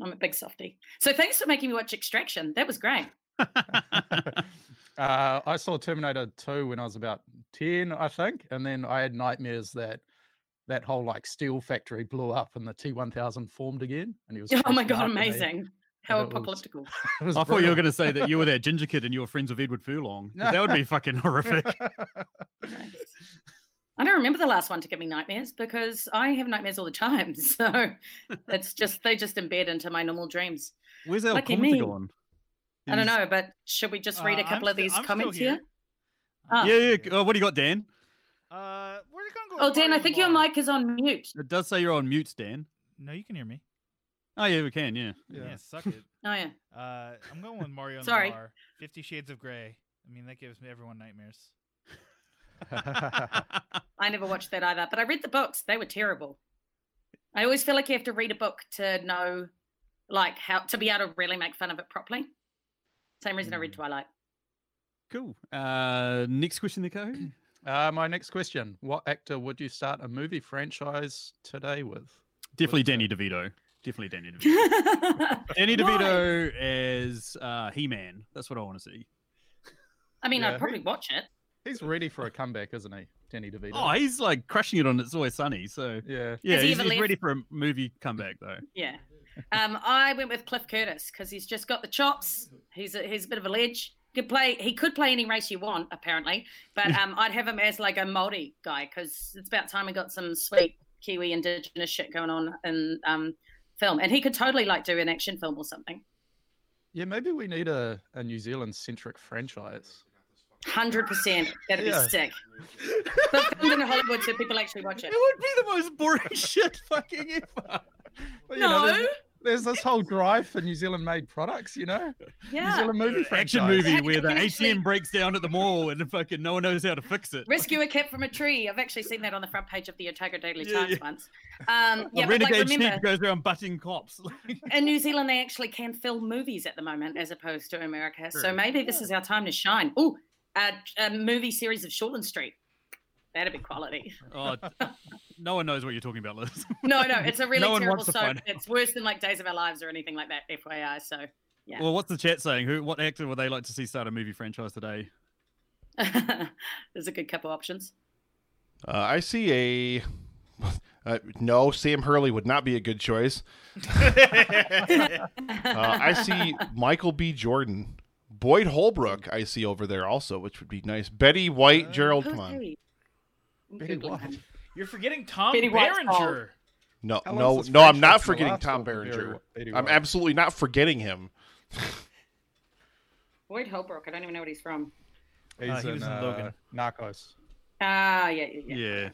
I'm a big softie. So thanks for making me watch Extraction. That was great.
uh, I saw Terminator 2 when I was about 10, I think. And then I had nightmares that that whole like steel factory blew up and the T1000 formed again. And he was
Oh my
chasing
god,
after me.
amazing. How
it was-
apocalyptical.
It was
I thought you were
brutal.
going to say that you were that ginger kid and you were friends with Edward Furlong. 'cause That would be fucking horrific.
I don't remember the last one to give me nightmares because I have nightmares all the time. So it's just they just embed into my normal dreams.
Where's our
Lucky
commenter
me.
gone?
I don't
He's-
know, but should we just read
Uh,
a
I'm
couple of
sti-
these
I'm still
comments
here.
here? Ah.
Yeah, yeah. Uh, what do you got, Dan?
Uh, we're just gonna go.
Oh, Dan, I
Mario
think your
Bart.
mic is on mute.
It does say you're on mute, Dan.
No, you can hear me.
Oh yeah, we can. Yeah.
Yeah, suck it.
Oh yeah.
Uh, I'm going with Mario and
Sorry.
Lamar. Fifty Shades of Grey. I mean, that gives me everyone nightmares.
I never watched that either, but I read the books. They were terrible. I always feel like you have to read a book to know like how to be able to really make fun of it properly. Same reason I
Hmm.
read Twilight.
Cool. Uh, next question, there, Kahu.
Uh, my next question: What actor would you start a movie franchise today with?
Definitely Danny DeVito. Definitely Danny DeVito. Danny
Why?
DeVito as uh, He-Man. That's what I want to see.
I mean,
Yeah.
I'd probably watch it.
He's ready for a comeback, isn't he, Danny DeVito?
Oh, he's like crushing it on It's Always Sunny. So
yeah.
yeah,
he
he's,
even
he's
left-
ready for a movie comeback though.
Yeah. Um, I went with Cliff Curtis because he's just got the chops. He's a, he's a bit of a ledge. Could play. He could play any race you want, apparently. But um, I'd have him as like a Maori guy because it's about time we got some sweet Kiwi indigenous shit going on in um, film, and he could totally like do an action film or something.
Yeah, maybe we need a, a New Zealand centric franchise.
Hundred percent. That'd
Yeah.
be sick. But filmed in Hollywood, so people actually watch it.
would be the most boring shit fucking ever.
But, you
No.
know, there's, there's this whole drive for New Zealand made products, you know? New
Yeah.
Zealand movie franchise.
Action movie where the
Can
ATM
actually-
breaks down at the mall and fucking no one knows how to fix it.
Rescue a cat from a tree. I've actually seen that on the front page of the Otago Daily
Yeah,
Times
yeah.
once. Um, yeah,
a
but like,
renegade
remember,
sneak goes around butting cops.
in New Zealand, they actually can film movies at the moment as opposed to America. So
True.
maybe this is our time to shine. Oh, a, a movie series of Shortland Street. That'd be quality.
oh, no one knows what you're talking about, Liz.
No, no, it's a really
one
terrible
wants to
soap.
find
It's worse than like Days of Our Lives or anything like that, FYI. So Yeah.
Well, what's the chat saying? Who, what actor would they like to see start a movie franchise today?
there's a good couple options.
Uh, I see a. Uh, no, Sam Hurley would not be a good choice. Uh, I see Michael B. Jordan, Boyd Holbrook. I see over there also, which would be nice. Betty White,
Uh,
Gerald. Come
Who's
on.
he? I'm
Betty
Googling
White.
him.
You're forgetting Tom
Betty White's
Berenger.
No,
How long
no,
is this
no. I'm not
franchise gonna
forgetting
last
Tom
for Barry
Berenger.
Wh- Betty
I'm
White?
absolutely not forgetting him.
Boyd Holbrook. I don't even know what he's from.
He's
Uh, he was in Logan.
uh, Narcos.
Ah, yeah, yeah, yeah.
Yeah.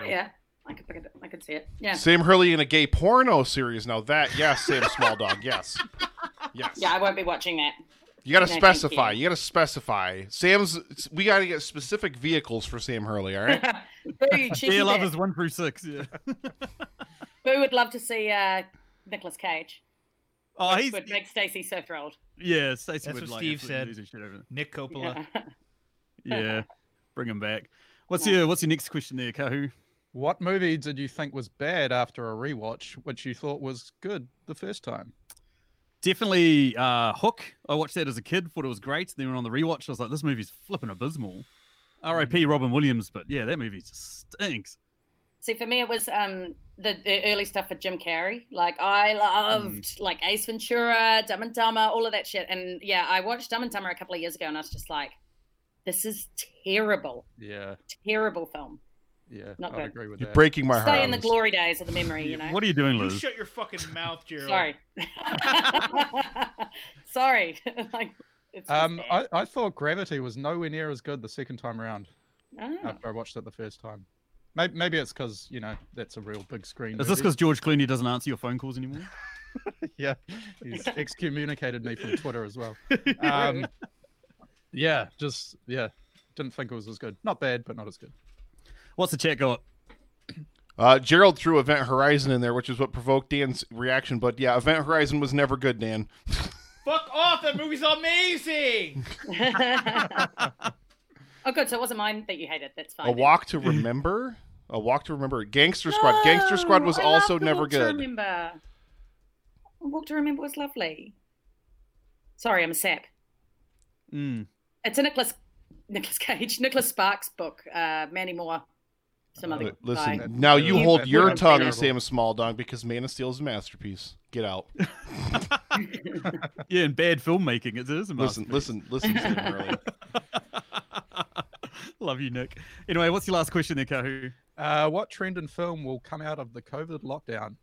Oh, yeah. I could, pick it, I could see it. Yeah.
Sam Hurley in a gay porno series. Now that, yes, Sam Small Dog, yes, yes.
Yeah, I won't be watching that.
You gotta
No, thank
specify.
you.
You gotta specify. Sam's. We gotta get specific vehicles for Sam Hurley. All right.
Boo,
Dear
cheeky bit.
Lovers 1 through 6. Yeah.
Boo would love to see uh, Nicolas Cage.
Oh, he's.
would make Stacy so thrilled.
Yeah, Stacey
That's
would
what
like
Steve
absolutely
said.
lose her shit over it.
Nick Coppola.
Yeah. Bring him back. What's your What's your next question there, Kahu?
What movie did you think was bad after a rewatch, which you thought was good the first time?
Definitely uh, Hook. I watched that as a kid, thought it was great. Then on the rewatch, I was like, this movie's flipping abysmal.
Mm.
R.I.P. Robin Williams, but yeah, that movie just stinks.
See, for me, it was um, the, the early stuff with Jim Carrey. Like, I loved like Ace Ventura, Dumb and Dumber, all of that shit. And yeah, I watched Dumb and Dumber a couple of years ago, and I was just like, "This is terrible,
Yeah,
terrible film."
yeah,
Not
I'd
good.
agree with
You're
that.
breaking my heart.
Stay
on
in the
this.
glory days of the memory, you know.
What are you doing,
You
Liz?
shut your fucking mouth, Gerald.
Sorry, sorry. like, it's just
Um,
bad.
I, I thought Gravity was nowhere near as good the second time around
Hmm.
Ah.
after I watched it the first time. Maybe, maybe it's because you know that's a real big screen.
Is this
movie.
because George Clooney doesn't answer your phone calls anymore?
yeah, he's excommunicated me from Twitter as well. Um, yeah, just yeah, didn't think it was as good. Not bad, but not as good.
What's the chat got?
Uh, Gerald threw Event Horizon in there, which is what provoked Dan's reaction. But yeah, Event Horizon was never good, Dan.
Fuck off. That movie's amazing.
oh, good. So it wasn't mine that you hated. That's fine.
A Walk to Remember. A Walk to Remember. Gangster Squad. Gangster Squad was
No, Oh, I
also
loved A
never
Walk to
good.
Remember. A Walk to Remember was lovely. Sorry, I'm a sap.
Hmm.
Mm.
It's a Nicholas Nicholas Cage, Nicholas Sparks book. Uh, Manny Moore, some other
But listen,
guy.
now you
Yeah.
hold
That's
your
terrible.
tongue, Sam Small Dog, because Man of Steel is a masterpiece. Get out.
Yeah, and bad filmmaking. It is a
Listen,
masterpiece.
listen, listen, Sam Hurley.
Love you, Nick. Anyway, what's your last question there, Kahu?
Uh, what trend in film will come out of the COVID lockdown?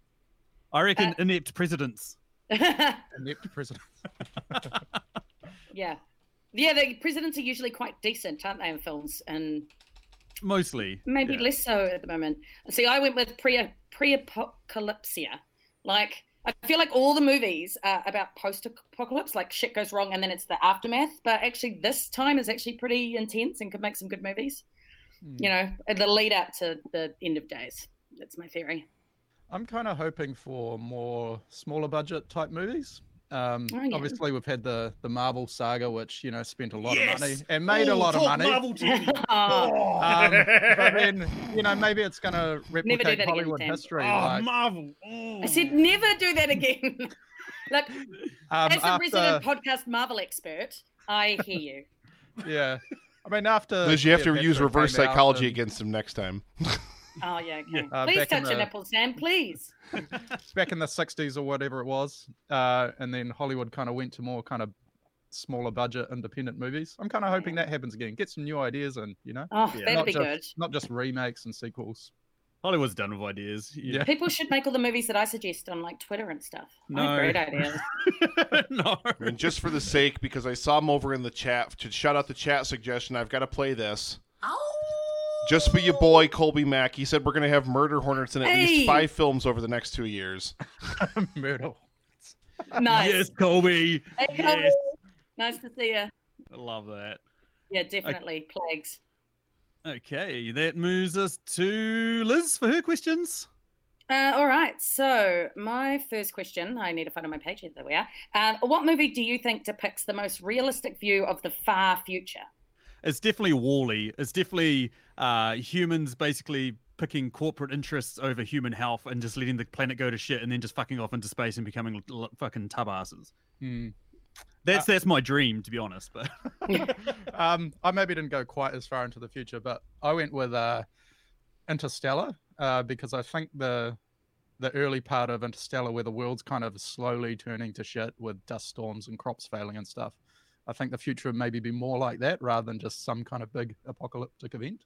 I reckon
Uh,
inept presidents.
Inept president.
yeah, yeah. The presidents are usually quite decent, aren't they, in films? And
Mostly.
maybe
yeah.
less so at the moment. See, I went with pre pre-apocalypsia. Like I feel like all the movies are about post-apocalypse, like shit goes wrong and then it's the aftermath. But actually, this time is actually pretty intense and could make some good movies. You know, and the lead up to the end of days. That's my theory.
I'm kind of hoping for more smaller budget type movies. Um,
Oh, yeah.
Obviously, we've had the the Marvel saga, which you know spent a lot
Yes!
of money and made a
Oh,
lot of
talk
money.
Marvel to me.
Oh,
Oh,
Um, but then you know maybe it's going to
that
replicate
again,
Hollywood
Sam.
history.
oh,
like,
Marvel. Oh.
I said never do that again. Look,
um,
as a resident
after,
podcast Marvel expert, I hear you.
yeah, I mean after
Liz, you have
Black
to use
Panther
reverse
came out
psychology
and-
against him next time.
Oh yeah, okay.
Uh,
please
back in
touch your
the-
nipples, Sam. Please.
back in the 60s or whatever it was uh, and then hollywood kind of went to more kind of smaller budget independent movies i'm kind of
Mm.
hoping that happens again get some new ideas and you know
Oh,
Yeah.
that'd
not
be
just,
good.
not just remakes and sequels
Hollywood's done with ideas.
yeah
People should make all the movies that I suggest on like Twitter and stuff. I
No.
have great ideas.
no.
And just for the sake, because I saw him over in the chat to shout out the chat suggestion, I've got to play this. Just for your boy Colby Mack, he said we're gonna have murder hornets in at
Hey!
least five films over the next two years.
myrtle
nice.
Yes, Colby.
Hey, Colby.
Yes.
Nice to see you.
I love that.
Yeah, definitely. Plagues.
Okay, that moves us to Liz for her questions.
Uh, all right. So my first question, I need to find on my page. Here there we are. Uh, what movie do you think depicts the most realistic view of the far future?
It's definitely Wally. It's definitely uh, humans basically picking corporate interests over human health and just letting the planet go to shit and then just fucking off into space and becoming l- l- fucking tub asses.
Hmm.
That's that's my dream, to be honest. But
um, i maybe didn't go quite as far into the future but i went with uh, interstellar uh, because i think the the early part of interstellar where the world's kind of slowly turning to shit with dust storms and crops failing and stuff i think the future would maybe be more like that rather than just some kind of big apocalyptic event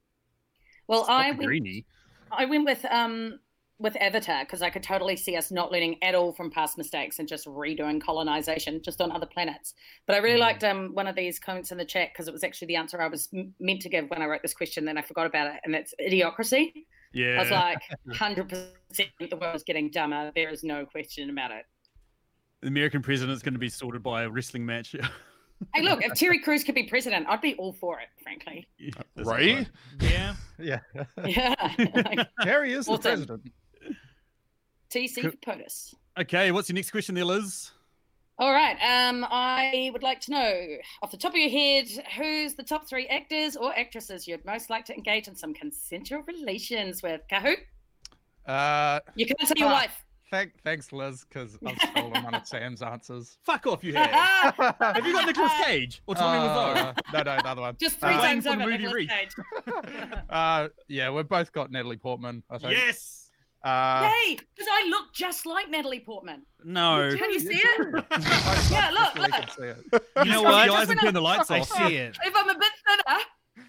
Well, I
Fucking
went,
greenie.
I went with um with Avatar because I could totally see us not learning at all from past mistakes and just redoing colonization just on other planets. But I really liked um one of these comments in the chat because it was actually the answer I was m- meant to give when I wrote this question, then I forgot about it, and that's idiocracy. I
yeah,
was like, hundred percent, the world is getting dumber. There is no question about it.
the American president's going to be sorted by a wrestling match.
Hey, look, if Terry Crews could be president, I'd be all for it, frankly.
That's
right?
Yeah.
yeah
Yeah. like,
Harry is the
Awesome.
president.
TC for POTUS.
Okay, what's your next question there, Liz?
All right. Um, I would like to know, off the top of your head, who's the top three actors or actresses you'd most like to engage in some consensual relations with? Kahoot,
Uh,
you can't tell your
Ah.
wife.
thank, thanks, Liz, because I've stolen one of Sam's answers.
Fuck off, you have. have you got Nicolas Cage or Tommy Wiseau?
Uh, no, no, the other one.
Just three
Uh,
time-
times
for the
over.
movie
Nicolas
Reach.
Cage.
uh, yeah, we've both got Natalie Portman. I think.
Yes.
Uh,
Hey, because I look just like Natalie Portman.
No.
Can you see it?
I-
Yeah,
I
look,
literally
look.
can see it.
You know
Sorry,
what?
I
You
just
guys and
went
turn the lights
I
off.
see it.
If I'm a bit thinner,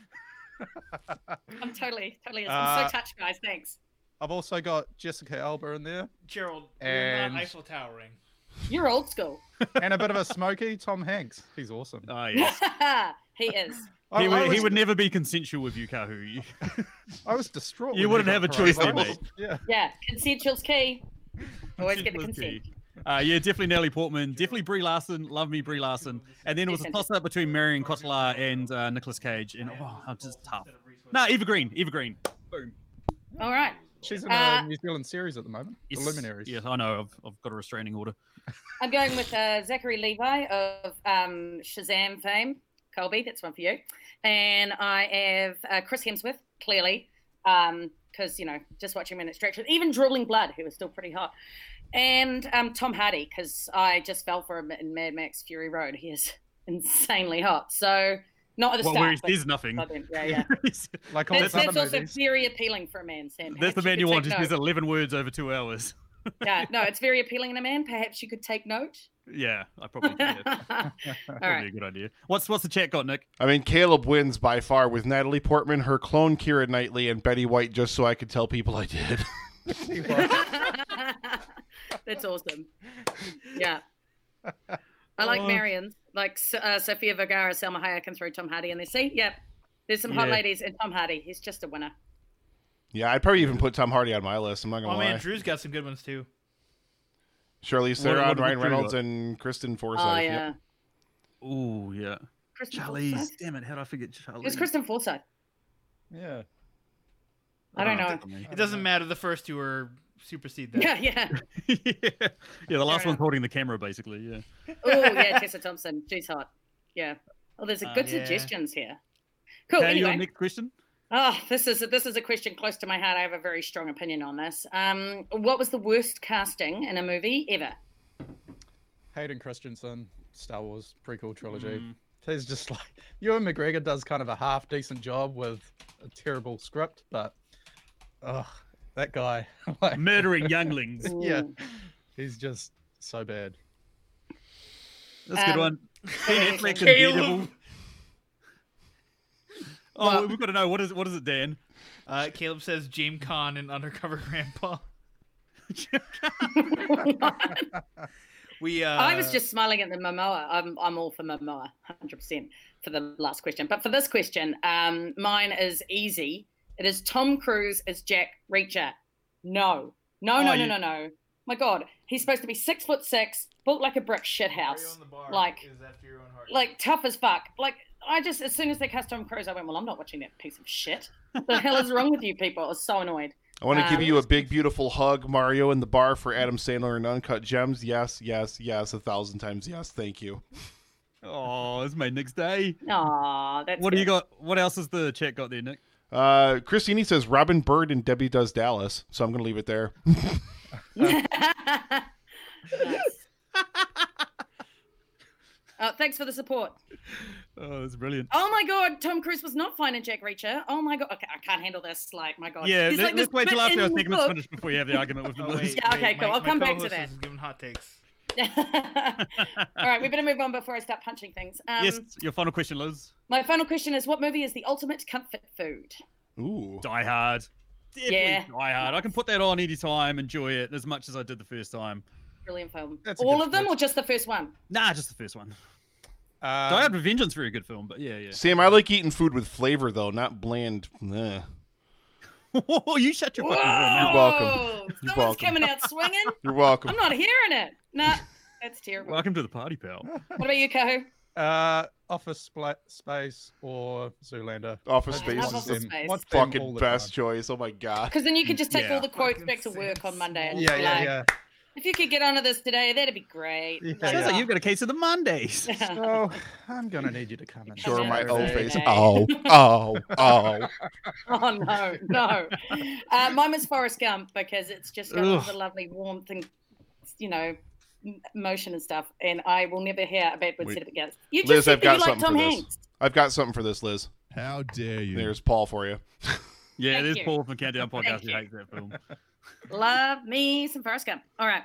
I'm totally, totally. I'm
Uh,
so touched, guys. Thanks.
I've also got Jessica Alba in there,
Gerald, you're
And-
not Eiffel Towering.
You're old school.
and a bit of a smoky Tom Hanks. He's awesome.
Oh, yes.
he is.
I,
he,
I
would, he
was,
would never be consensual with you, Kahu. You-
I was distraught.
You
when
wouldn't
he got
have a choice there,
coronavirus. Yeah.
Yeah, consensual's key. Always get a
Consensual is
consent.
key. Uh, yeah, definitely Natalie Portman, definitely Brie Larson. Love me, Brie Larson. And then it was a toss up between Marion Cotillard and uh, Nicolas Cage. And oh, I'm just tough. Nah, Eva Green. Eva Green. Boom.
All right.
She's in
Uh,
a New Zealand series at the moment.
Yes.
The Luminaries.
Yes, I know. I've, I've got a restraining order.
I'm going with uh, Zachary Levi of um, Shazam fame. Colby, that's one for you. And I have uh, Chris Hemsworth, clearly, because, you know, just watching him in Extraction. Even Drooling Blood, who was still pretty hot. And um, Tom Hardy, because I just fell for him in Mad Max Fury Road. He is insanely hot. So, not at the
Well,
start.
where he
but-
says nothing.
by then, yeah, yeah.
Like all
That's,
those
that's
other
also
movies.
very appealing for a man, Sam.
That's the
Perhaps
man you
you could
want.
take
There's
note.
11 words over two hours.
yeah, no, it's very appealing in a man. Perhaps you could take note.
Yeah, I probably did. Probably
All right.
a good idea. What's what's the chat got, Nick?
I mean, Caleb wins by far with Natalie Portman, her clone Kira Knightley, and Betty White. Just so I could tell people I did.
That's awesome. Yeah. I like Marion's, like S- uh, Sophia Vergara, Selma Hayek, and throw Tom Hardy in there. See, yeah, there's some hot
Yeah.
ladies, and Tom Hardy, he's just a winner.
yeah, I'd probably even put Tom Hardy on my list. I'm not gonna
Oh
lie.
man, Drew's got some good ones too.
What-
Charlize Theron,
what
Ryan
about
Reynolds,
Drew?
and Kristen Forsyth.
oh
Yep.
yeah,
Oh, yeah.
Kristen
Charlize.
Forsyth?
Damn it. How did I forget
It
Charlize?
was Kristen Forsyth.
Yeah.
I don't know.
It doesn't matter. The first two are supersede that.
Yeah, yeah.
yeah, the last
Fair
one's
enough.
holding the camera basically. Yeah.
Oh yeah, Tessa Thompson. She's hot. Yeah. Oh, there's a
Uh,
good
yeah.
suggestions here. Cool.
Now,
anyway,
your next question.
oh, this is this is a question close to my heart. I have a very strong opinion on this. Um, what was the worst casting in a movie ever?
Hayden Christensen, Star Wars prequel trilogy.
Mm.
He's just like Ewan McGregor does kind of a half decent job with a terrible script, but ugh, that guy, like,
Murdering younglings.
yeah,
Ooh.
he's just so bad.
That's a good
Um,
one. Ben Affleck and
Caleb.
Daredevil. Oh, we've got to know what is what is it, Dan?
Uh, Caleb says James Con and Undercover Grandpa. We. Uh,
I was just smiling at the Momoa. I'm, I'm all for Momoa, 100% for the last question. But for this question, um, mine is easy. It is Tom Cruise as Jack Reacher. No. No, no,
Oh,
no,
you-
no, no. My God. He's supposed to be six foot six, built like a brick shit house. Like-
is after your own heart.
Like, tough as fuck. Like, I just, as soon as they cast Tom Cruise, I went, well, I'm not watching that piece of shit. The hell is wrong with you people? I was so annoyed.
I want to give
Um,
you a big, beautiful hug, Mario, in the bar for Adam Sandler and Uncut Gems. Yes, yes, yes, a thousand times yes. Thank you.
Oh, it's made Nick's day.
Aw, that's
What do you
good.
got? What else has the chat got there, Nick?
Uh, Christini says Robin Bird and Debbie Does Dallas, so I'm going to leave it there.
Oh. Nice. Uh, thanks for the support.
Oh, that's brilliant.
Oh my god, Tom Cruise was not fine in Jack Reacher. Oh my god, okay, I can't handle this. Like, my god.
Yeah,
Oh, He's
let,
like
us
this
wait till
bit
after
in
our
the
segment's
book. um,
finished before you have the argument with them.
Oh, wait,
Yeah, okay,
wait,
cool.
my-
I'll
my
come back to
co-host
that.
Is giving hot takes.
All right, we better move on before I start punching things. Um,
yes, your final question, Liz.
My final question is: What movie is the ultimate comfort food?
Ooh.
Die Hard. Definitely
Yeah.
Die Hard. I can put that on anytime, enjoy it as much as I did the first time.
Brilliant film.
That's a
All
good
of them,
choice.
or just the first one?
Nah, just the first one.
Um,
Die Hard Revengeance, very good film, but yeah, yeah.
Sam, I like eating food with flavor, though, not bland. Nah.
Oh, you shut your fucking mouth.
welcome.
Whoa,
You're
Someone's
welcome.
coming out swinging.
You're welcome.
I'm not hearing it. Nah, that's terrible.
Welcome to the party, pal.
What about you, Kahu?
uh, Office Spla- Space or Zoolander.
Office
I
Space
love
is
Office
the
Space.
Watch them all
fucking
the
best
time.
choice. Oh my god.
Because then you could just take
Yeah.
all the quotes
Fucking
back to work on
sense.
Monday. And
Yeah,
be
yeah,
like,
yeah.
If you could get onto this today, that'd be great.
Yeah,
Like,
Sounds like
oh.
you've got a case of the Mondays.
So I'm gonna need you to come in.
Sure,
Sure,
my
my
O
old
Saturday.
face.
day.
Oh, oh, oh.
Oh no, no. Uh, mine is Forrest Gump because it's just got all
Ugh.
the lovely warmth and you know m- emotion and stuff. And I will never hear a bad word
Wait.
said about Gump. You just
Liz,
said
I've
that you
got
like Tom
something for this.
Hanks.
I've got something for this, Liz.
How dare you?
There's Paul for you.
yeah,
Thank
there's
you.
Paul from Countdown Podcast
Thank
who
you.
hates that film.
Love me some Forrest Gump. All right,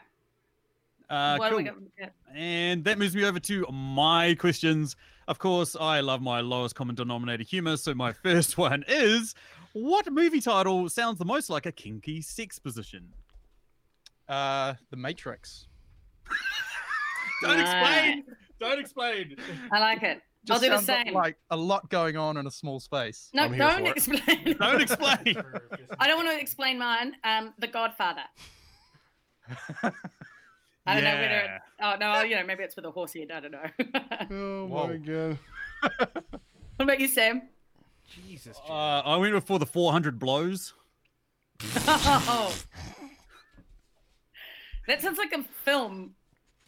Uh,
what
cool.
do we got?
And that moves me over to my questions. Of course, I love my lowest common denominator humor. So my first one is what movie title sounds the most like a kinky sex position?
Uh, The Matrix.
Don't explain.
Right.
Don't explain.
I like it. I'll
Just
do the
sounds like-
same.
Like a lot going on in a small space.
No,
I'm here
don't
for it.
explain.
Don't explain.
I don't want to explain mine. Um, The Godfather. I don't know whether. It, oh no, you know maybe it's with a horse head. I don't know.
Oh
Whoa. my
god.
What about you, Sam?
Jesus.
Uh, I went with for the 400 blows.
Oh. That sounds like a film.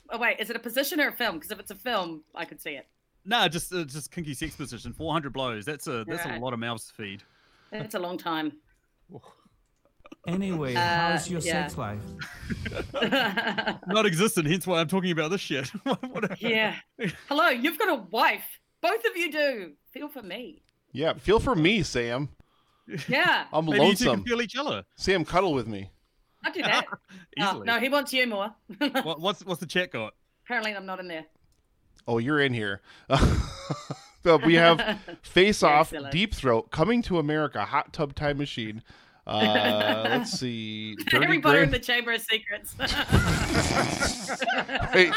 Oh wait, is it a position or a film? Because if it's a film, I could see it.
Nah, just uh, just kinky sex position. 400 blows. That's a that's a
Alright.
lot of mouths to feed.
It's a long time.
Anyway,
Uh,
how's your
yeah.
sex life?
yeah.
Not existent. Hence why I'm talking about this shit. What a-
Hello, you've got a wife. Both of you do. Feel for me.
Yeah, feel for me, Sam.
Yeah,
I'm
Maybe you two can
lonesome.
feel each other
Sam, cuddle with me.
I'll do that. Oh,
easily.
no, he wants you more.
What, what's what's the chat got?
Apparently, I'm not in there.
Oh, you're in here. So we have Face
Very
Off,
silly.
Deep Throat, Coming to America, Hot Tub Time Machine. Uh, let's see. Dirty
Everybody
Gray.
in the Chamber of Secrets.
Wait,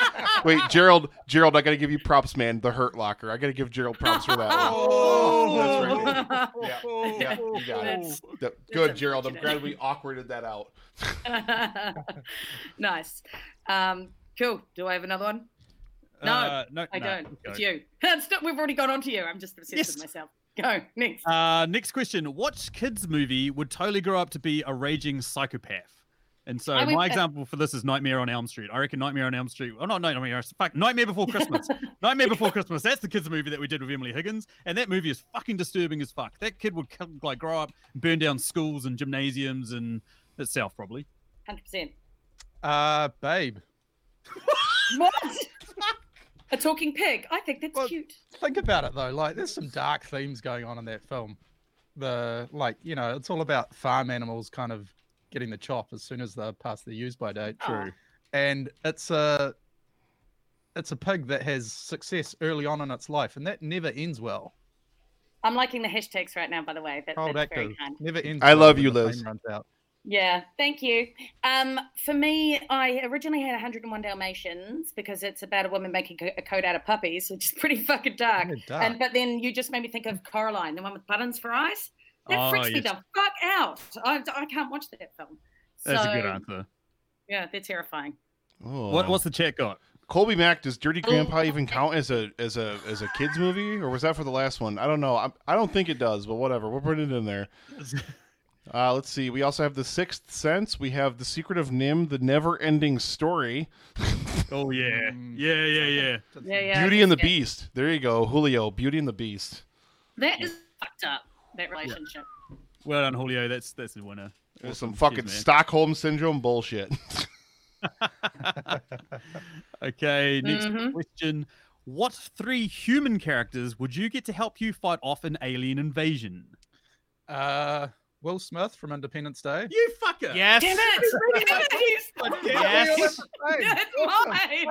wait, Gerald, Gerald, I gotta give you props, man. The Hurt Locker. I gotta give Gerald props for that. one.
Oh,
that's right. Yeah,
yeah,
you got it.
That's-
Yep, Good,
That's
Gerald. I'm glad
unfortunate.
we awkwarded that out.
nice. Um, cool. Do I have another one? No,
Uh, no,
I
no,
don't.
go.
It's you. It's not- we've already gone on to you. I'm just obsessed
Yes.
with myself. Go next.
Uh, next question: What kids movie would totally grow up to be a raging psychopath? And so
I would-
my example for this is Nightmare on Elm Street. I reckon Nightmare on Elm Street. Oh, not Nightmare. Fuck, Nightmare Before Christmas. Nightmare Before Christmas. That's the kids' movie that we did with Emily Higgins, and that movie is fucking disturbing as fuck. That kid would come- like grow up, burn down schools and gymnasiums and itself probably.
Hundred percent.
Uh, babe,
What? a talking pig. I think that's
Well,
cute.
think about it though. Like, there's some dark themes going on in that film. The like, you know, it's all about farm animals kind of getting the chop as soon as they're past their use-by date.
True.
And it's a, it's a pig that has success early on in its life, and that never ends well.
I'm liking the hashtags right now, by the way. That,
How
that's
Oh, that
very
goes.
kind.
Never ends.
I
well
love
when
you,
the flame
Liz.
runs out.
Yeah, thank you. Um, for me, I originally had 101 Dalmatians because it's about a woman making co- a coat out of puppies, which is pretty fucking dark.
Kinda
Ah.
dark.
And but then you just made me think of Coraline, the one with buttons for eyes. That
Oh,
freaks me
yes.
the fuck out. I, I can't watch that film.
That's a good
So,
answer.
Yeah, they're terrifying.
Oh.
What, what's the chat got?
Colby Mack? Does Dirty
Oh.
Grandpa even count as a as a as a kids movie, or was that for the last one? I don't know. I, I don't think it does, but whatever. We'll put it in there. Uh, let's see. We also have The Sixth Sense. We have The Secret of Nim, The Never Ending Story,
Oh yeah,
Mm.
yeah, yeah, yeah.
Yeah, yeah.
Beauty and the
yeah.
Beast. There you go, Julio. Beauty and the Beast.
That is fucked up. That relationship.
Well done, Julio. That's that's the winner.
There's some
Excuse
fucking
me.
Stockholm syndrome bullshit.
Okay, next
Mhm.
question. What three human characters would you get to help you fight off an alien invasion?
Uh, Will Smith from Independence Day.
You fucker!
Yes.
Damn it! Damn it!
Yes.
Yeah, it's mine.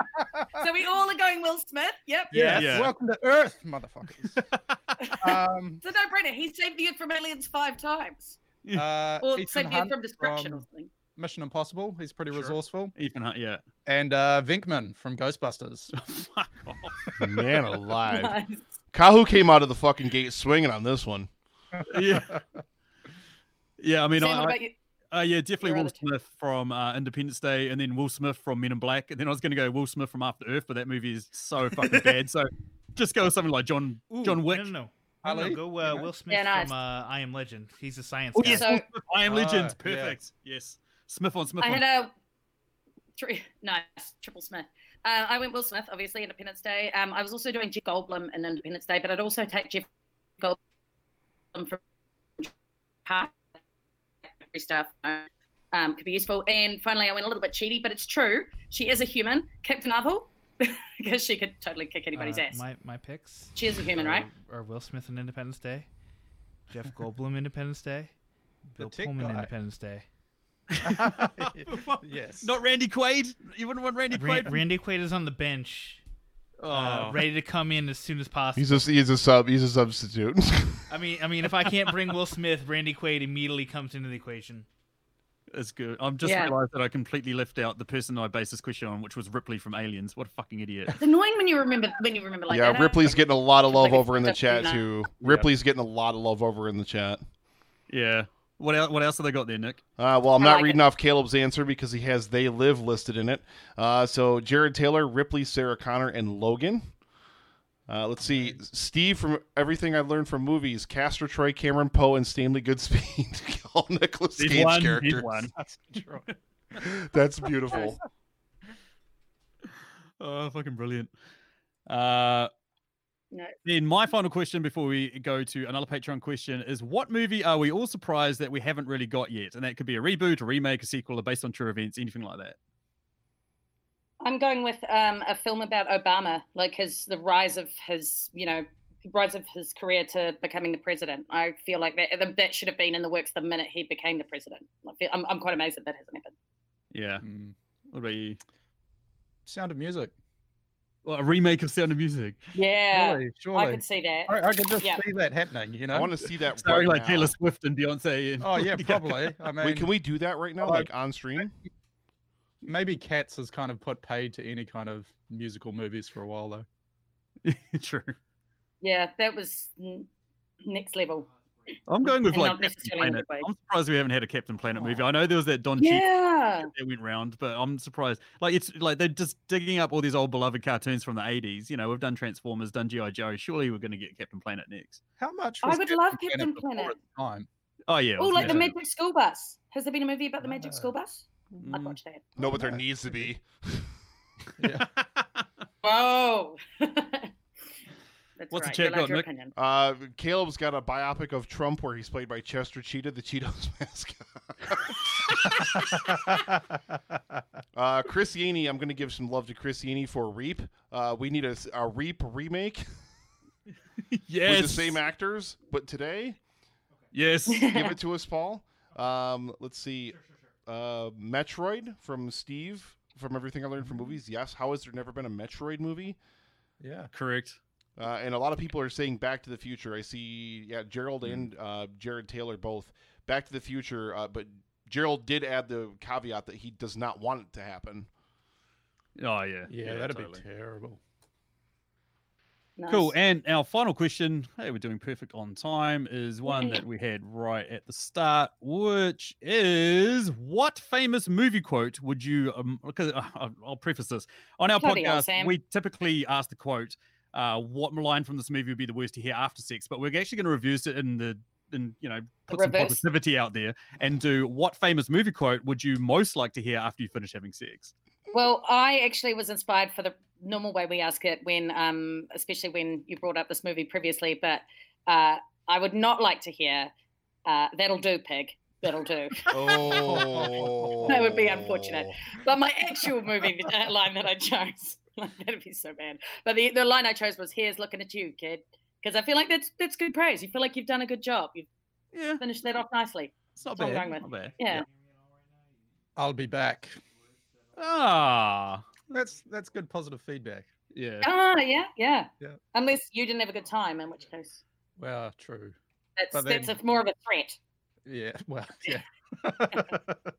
So we all are going Will Smith. Yep.
Yeah.
Yes.
Yeah.
Welcome to Earth, motherfuckers. um,
It's a no-brainer. He saved the Earth from aliens five times.
uh,
Or
Ethan
saved the Earth
Hunt
from destruction or
from
something.
Mission Impossible. He's pretty
Sure.
resourceful.
Ethan Hunt, yeah.
And uh, Vinkman from Ghostbusters.
Oh,
Fuck off.
Man alive.
Nice.
Kahu came out of the fucking gate swinging on this one.
Yeah. Yeah, I mean,
Sam, what
I,
about you?
I, uh, yeah, definitely
Your
Will
other two?
Smith from uh, Independence Day, and then Will Smith from Men in Black, and then I was going to go Will Smith from After Earth, but that movie is so fucking bad. So just go with something like John
Ooh,
John Wick.
No, no, no. No, no,
Ali,
go uh,
you know?
Will Smith
Yeah, nice.
from uh, I Am Legend. He's a science
Oh
guy.
yes,
So-
Will Smith, I Am Legends,
Ah, yeah.
perfect. Yes, Smith on Smith.
I
on.
had a tri- nice triple Smith. Uh, I went Will Smith, obviously, Independence Day. Um, I was also doing Jeff Goldblum in Independence Day, but I'd also take Jeff Goldblum from Park stuff. Um, could be useful. And finally, I went a little bit cheaty, but it's true. She is a human. Captain Marvel, because she could totally kick anybody's
Uh,
ass.
My my picks.
She is a human,
are-
right?
Are Will Smith in Independence Day? Jeff Goldblum Independence Day? Bill
tick
Pullman
guy.
Independence Day.
yes.
Not Randy Quaid. You wouldn't want Randy
Ran-
Quaid.
Randy Quaid is on the bench,
oh,
uh, ready to come in as soon as possible.
He's a he's a sub he's a substitute.
I mean, I mean, if I can't bring Will Smith, Randy Quaid immediately comes into the equation.
That's good. I've just
Yeah.
realised that I completely left out the person I based this question on, which was Ripley from Aliens. What a fucking idiot.
It's annoying when you remember when you remember like
yeah,
that.
Ripley's getting a lot of
Like
love
a
over in the
definitely
chat
not.
too. Ripley's getting a lot of love over in the chat.
yeah. What else? What else have they got there, Nick?
Uh, well, I'm
I
not
like
reading
it.
off Caleb's answer because he has "They Live" listed in it. Uh, so Jared Taylor, Ripley, Sarah Connor, and Logan. Uh, let's see, Steve from Everything I Learned from Movies, Castor, Troy, Cameron Poe, and Stanley Goodspeed, all Nicholas
He's
Cage
one, he's
characters.
one.
That's true.
That's beautiful.
Oh, fucking brilliant. Uh,
No.
Then my final question before we go to another Patreon question is: What movie are we all surprised that we haven't really got yet? And that could be a reboot, a remake, a sequel, or based on true events, anything like that.
I'm going with um, a film about Obama, like his the rise of his, you know, rise of his career to becoming the president. I feel like that that- that should have been in the works the minute he became the president. I feel, I'm, I'm quite amazed that that hasn't happened.
Yeah.
Mm.
What about you?
Sound of Music.
Well, a remake of Sound of Music.
Yeah,
Surely,
I
surely.
could see that.
I, I could just
yeah.
see that happening, you know?
I want to see that.
Starring
right
like
now.
Taylor Swift and Beyonce. And
Oh, yeah, probably. I mean,
Wait, can we do that right now, like on stream?
maybe Cats has kind of put paid to any kind of musical movies for a while, though.
True.
Yeah, that was n- next level.
I'm going with
And
like
not
Captain
necessarily in a
Planet.
good way.
I'm surprised we haven't had a Captain Planet movie. I know there was that Don Cheadle
Yeah,
that went round, but I'm surprised. Like it's like they're just digging up all these old beloved cartoons from the 80s. You know, we've done Transformers, done GI Joe. Surely we're going to get Captain Planet next.
How much?
I
was
would love Captain
before
Planet.
its Time.
Oh yeah. it
oh,
was
like the
massive.
Magic School Bus. Has there been a movie about the Magic School Bus?
Mm.
I'd watch that.
No, but there needs to be.
Yeah.
Whoa. That's
What's the
right.
check
You like
got,
your
Nick?
opinion.
Uh, Caleb's got a biopic of Trump where he's played by Chester Cheetah, the Cheetos mascot. Uh, Chris Yaney, I'm going to give some love to Chris Yaney for Reap. Uh, we need a, s- a Reap remake
yes.
with the same actors, but today,
Yes.
give it to us, Paul. Um, let's see. Uh, Metroid from Steve from Everything I Learned from Movies. Yes. How has there never been a Metroid movie?
yeah.
Correct.
Uh, and a lot of people are saying Back to the Future. I see, yeah, Gerald and uh, Jared Taylor both Back to the Future, uh, but Gerald did add the caveat that he does not want it to happen.
Oh yeah.
Yeah, that'd
totally.
be terrible.
Nice.
Cool. And our final question, hey, we're doing perfect on time, is one that we had right at the start, which is what famous movie quote would you, um, because uh, I'll- I'll preface this. On our
Bloody hell,
podcast,
Sam.
we typically ask the quote, uh, what line from this movie would be the worst to hear after sex, but we're actually going to reverse it in the, in, you know, put some
Reverse.
positivity out there and do what famous movie quote would you most like to hear after you finish having sex?
Well, I actually was inspired for the normal way we ask it when, um, especially when you brought up this movie previously. But uh, I would not like to hear uh, "That'll do, pig." That'll do.
Oh,
That would be unfortunate. but my actual movie uh, line that I chose, that'd be so bad. But the, the line I chose was "Here's looking at you, kid," because I feel like that's that's good praise. You feel like you've done a good job. You've
Yeah,
finished that off nicely.
it's not
That's what
bad.
I'm going
Not bad.
Yeah.
I'll be back.
Ah,
That's that's good positive feedback.
yeah.
Ah, yeah, yeah,
Yeah.
Unless you didn't have a good time, in which case
Well, true.
that's
But
that's
then-
a, more of a threat.
Yeah. Well, yeah.
I'm
Something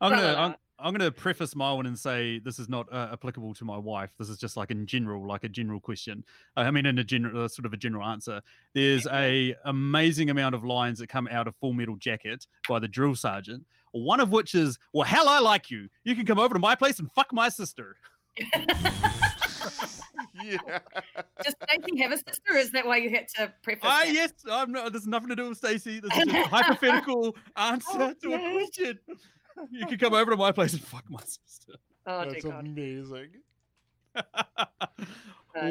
gonna
like
I'm, I'm gonna preface my one and say this is not uh, applicable to my wife. This is just like in general, like a general question. Uh, I mean, in a general uh, sort of a general answer. There's a amazing amount of lines that come out of Full Metal Jacket by the drill sergeant. One of which is, "Well, hell, I like you. You can come over to my place and fuck my sister."
Yeah.
Just Stacey have a sister? Is that why you had to preface?
Ah,
that?
yes. I'm not. There's nothing to do with Stacey. This is just a hypothetical answer to a
yes.
question. You can come over to my place and fuck my sister.
Oh dear
That's
God.
amazing.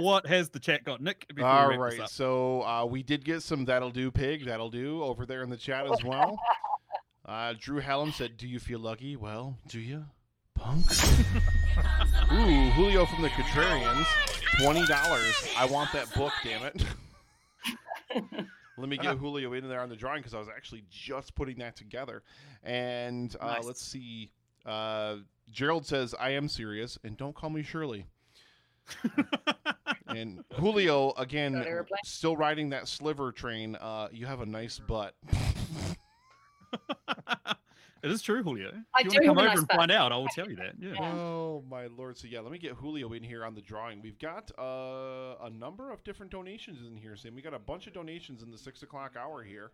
what has the chat got, Nick? before we
All
wrap this
right,
up?
so uh, we did get some that'll do pig, that'll do over there in the chat as well. Uh, Drew Hallam said, "Do you feel lucky? Well, do you, punks?" Ooh, Julio from the Contrarians, twenty dollars. I want that book, damn it. Let me get Julio in there on the drawing because I was actually just putting that together. And uh,
Nice.
let's see. Uh, Gerald says, "I am serious, and don't call me Shirley." and Julio
Got
again,
a reply?
still riding that sliver train. Uh, you have a nice butt.
it is true, Julio.
I
if you
do
want to come over
have a nice
and
butt.
find out, I will tell you that. Yeah.
Yeah.
Oh my lord! So yeah, let me get Julio in here on the drawing. We've got uh, a number of different donations in here, Sam. We got a bunch of donations in the six o'clock hour here.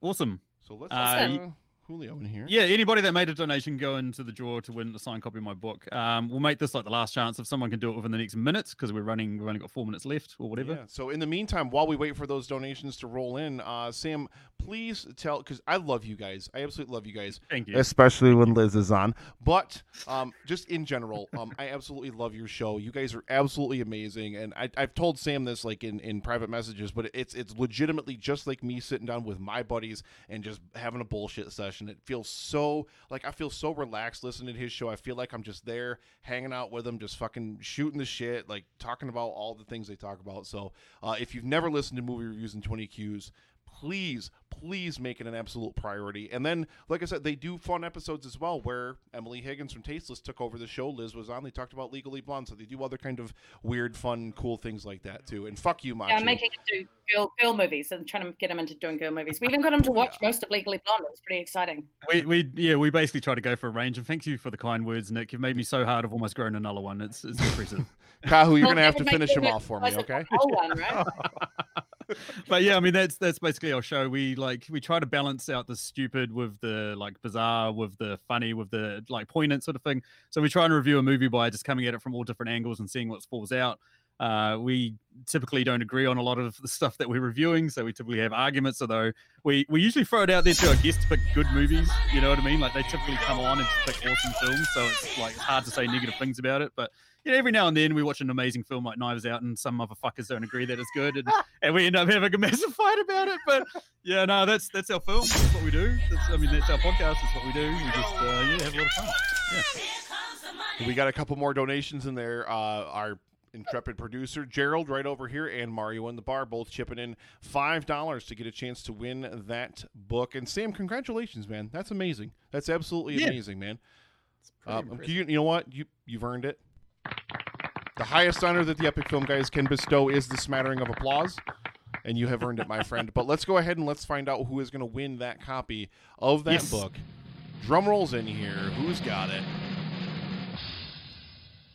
Awesome.
So let's
Uh,
get, uh, Julio in here.
Yeah, anybody that made a donation go into the draw to win a signed copy of my book. Um, we'll make this like the last chance if someone can do it within the next minute because we're running. We've only got four minutes left or whatever.
Yeah. So in the meantime, while we wait for those donations to roll in, uh, Sam, please tell because I love you guys. I absolutely love you guys.
Thank you.
especially when Liz is on. But um, just in general, um, I absolutely love your show. You guys are absolutely amazing, and I, I've told Sam this like in, in private messages, but it's it's legitimately just like me sitting down with my buddies and just having a bullshit session. It feels so like I feel so relaxed listening to his show. I feel like I'm just there hanging out with him, just fucking shooting the shit, like talking about all the things they talk about. So uh, if you've never listened to movie reviews and 20 Qs, please, please make it an absolute priority. And then, like I said, they do fun episodes as well where Emily Higgins from Tasteless took over the show. Liz was on. They talked about Legally Blonde. So they do other kind of weird, fun, cool things like that too. And fuck you, Machu.
Yeah, I'm making him do girl, girl movies and trying to get him into doing girl movies. We even got him to watch most of Legally Blonde. It was pretty exciting.
We, we yeah we basically try to go for a range and thank you for the kind words, Nick. You've made me so hard. I've almost grown another one. It's it's impressive.
Kahu, you're going to
Well, that
have to
would make
finish him
Legally
off for me,
Blonde a
okay?
whole one, right?
but yeah, I mean that's that's basically our show. We like we try to balance out the stupid with the like bizarre, with the funny, with the like poignant sort of thing. So we try and review a movie by just coming at it from all different angles and seeing what falls out. Uh, we typically don't agree on a lot of the stuff that we're reviewing, so we typically have arguments. Although we we usually throw it out there to our guests to pick good movies. You know what I mean? Like they typically come on and just pick awesome films, so it's like it's hard to say negative things about it. But you know, every now and then we watch an amazing film like Knives Out, and some motherfuckers don't agree that it's good, and, and we end up having a massive fight about it. But yeah, no, that's that's our film. That's what we do. That's, I mean, that's our podcast. That's what we do. We just uh, yeah, have a lot of fun.
We got a couple more donations in there. Uh, our intrepid producer Gerald, right over here, and Mario in the bar, both chipping in five dollars to get a chance to win that book. And Sam, congratulations, man! That's amazing. That's absolutely
Yeah.
amazing, man. Um, you, you know what? You you've earned it. The highest honor that the Epic Film guys can bestow is the smattering of applause, and you have earned it, my friend. But let's go ahead and let's find out who is going to win that copy of that
Yes.
book. Drum rolls in here. Who's got it?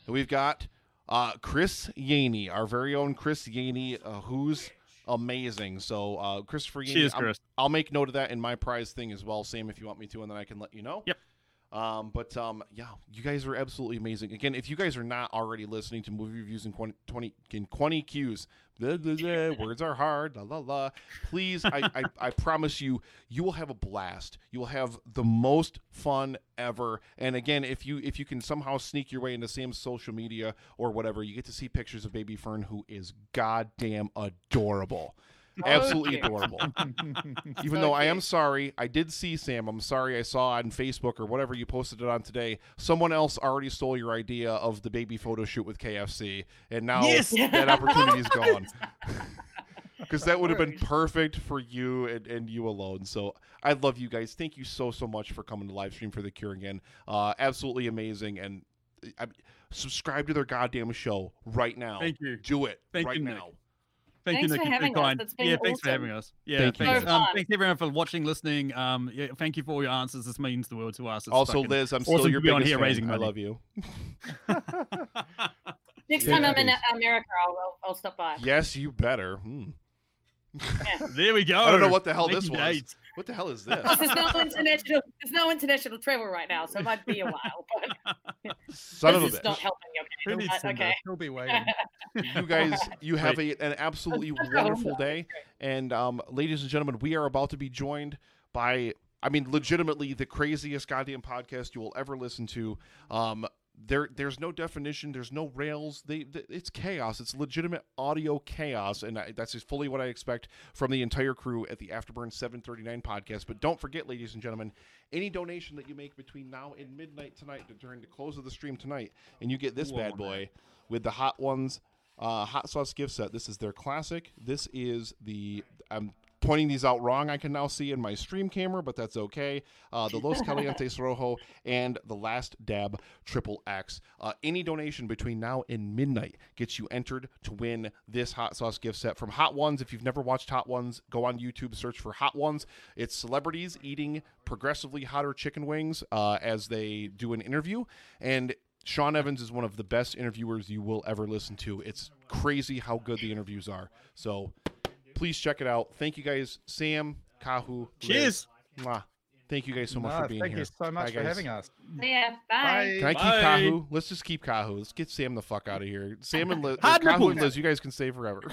We've got uh, Chris Yaney, our very own Chris Yaney, uh, who's amazing. So uh, Christopher Yaney,
Cheers,
I'm-
Chris.
I'll make note of that in my prize thing as well, Sam, if you want me to, and then I can let you know.
Yep.
Um, but um, yeah, you guys are absolutely amazing. Again, if you guys are not already listening to movie reviews in 20, 20 in 20 cues, blah, blah, blah, words are hard, la la la. Please, I, I, I promise you, you will have a blast. You will have the most fun ever. And again, if you if you can somehow sneak your way into Sam's social media or whatever, you get to see pictures of Baby Fern, who is goddamn adorable. Absolutely
Okay.
adorable even though I am sorry, I did see Sam. I'm sorry I saw on Facebook or whatever you posted it on today. Someone else already stole your idea of the baby photo shoot with KFC, and now
Yes!
that opportunity is gone. Because that would have been
Worries.
perfect for you and, and you alone. So I love you guys. Thank you so so much for coming to live stream for the Cure again. Uh, absolutely amazing. And uh, I, subscribe to their goddamn show right now.
Thank you.
Do it
Thank
right
you, Nick.
now.
Thank
Thanks
you,
for
Nick.
having us.
kind.
It's been
yeah, thanks for
awesome.
having us. Yeah,
Thank you.
thanks.
So
um,
fun.
thanks everyone for watching, listening. Um, yeah, thank you for all your answers. This means the world to us. It's
also,
fucking-
Liz, I'm still
awesome
your
to be on
biggest
here
fan.
raising
I
money.
love you.
Next
Yeah,
time I'm in
please.
America, I'll, I'll, I'll stop by.
Yes, you better. Hmm.
there we go.
I don't know what the hell
Oh, Thank
this
you,
was.
Nate.
What the hell is
Because
this?
there's no international, there's no international travel right now, so it might be a while. But
Son of a
this is not
bitch.
helping.
Who
Okay,
needs
but,
Simba?
okay.
He'll be waiting.
You guys, you have a, an absolutely
That's not
wonderful day. And um, ladies and gentlemen, we are about to be joined by, I mean, legitimately the craziest goddamn podcast you will ever listen to. Um, there, there's no definition. There's no rails. They, th it's chaos. It's legitimate audio chaos, and I, that's just fully what I expect from the entire crew at the Afterburn 739 podcast. But don't forget, ladies and gentlemen, any donation that you make between now and midnight tonight, to- during the close of the stream tonight, and you get this bad boy with the hot ones, uh, hot sauce gift set. This is their classic. This is the I'm pointing these out wrong. I can now see in my stream camera, but that's okay. Uh, the Los Calientes Rojo and the Last Dab Triple X. Uh, any donation between now and midnight gets you entered to win this hot sauce gift set from Hot Ones. If you've never watched Hot Ones, go on YouTube, search for Hot Ones. It's celebrities eating progressively hotter chicken wings uh, as they do an interview, and Sean Evans is one of the best interviewers you will ever listen to. It's crazy how good the interviews are. So please check it out. Thank you guys, Sam, Kahu. Liz.
Cheers.
Mwah. Thank you guys so much
No,
for being
Ah, thank
here.
you so much
Bye,
for
guys.
having us.
Yeah, bye.
Can I keep
Bye.
Kahu? Let's just keep Kahu. Let's get Sam the fuck out of here. Sam and Liz,
Hard
Kahu and
nipples.
Liz, you guys can stay forever.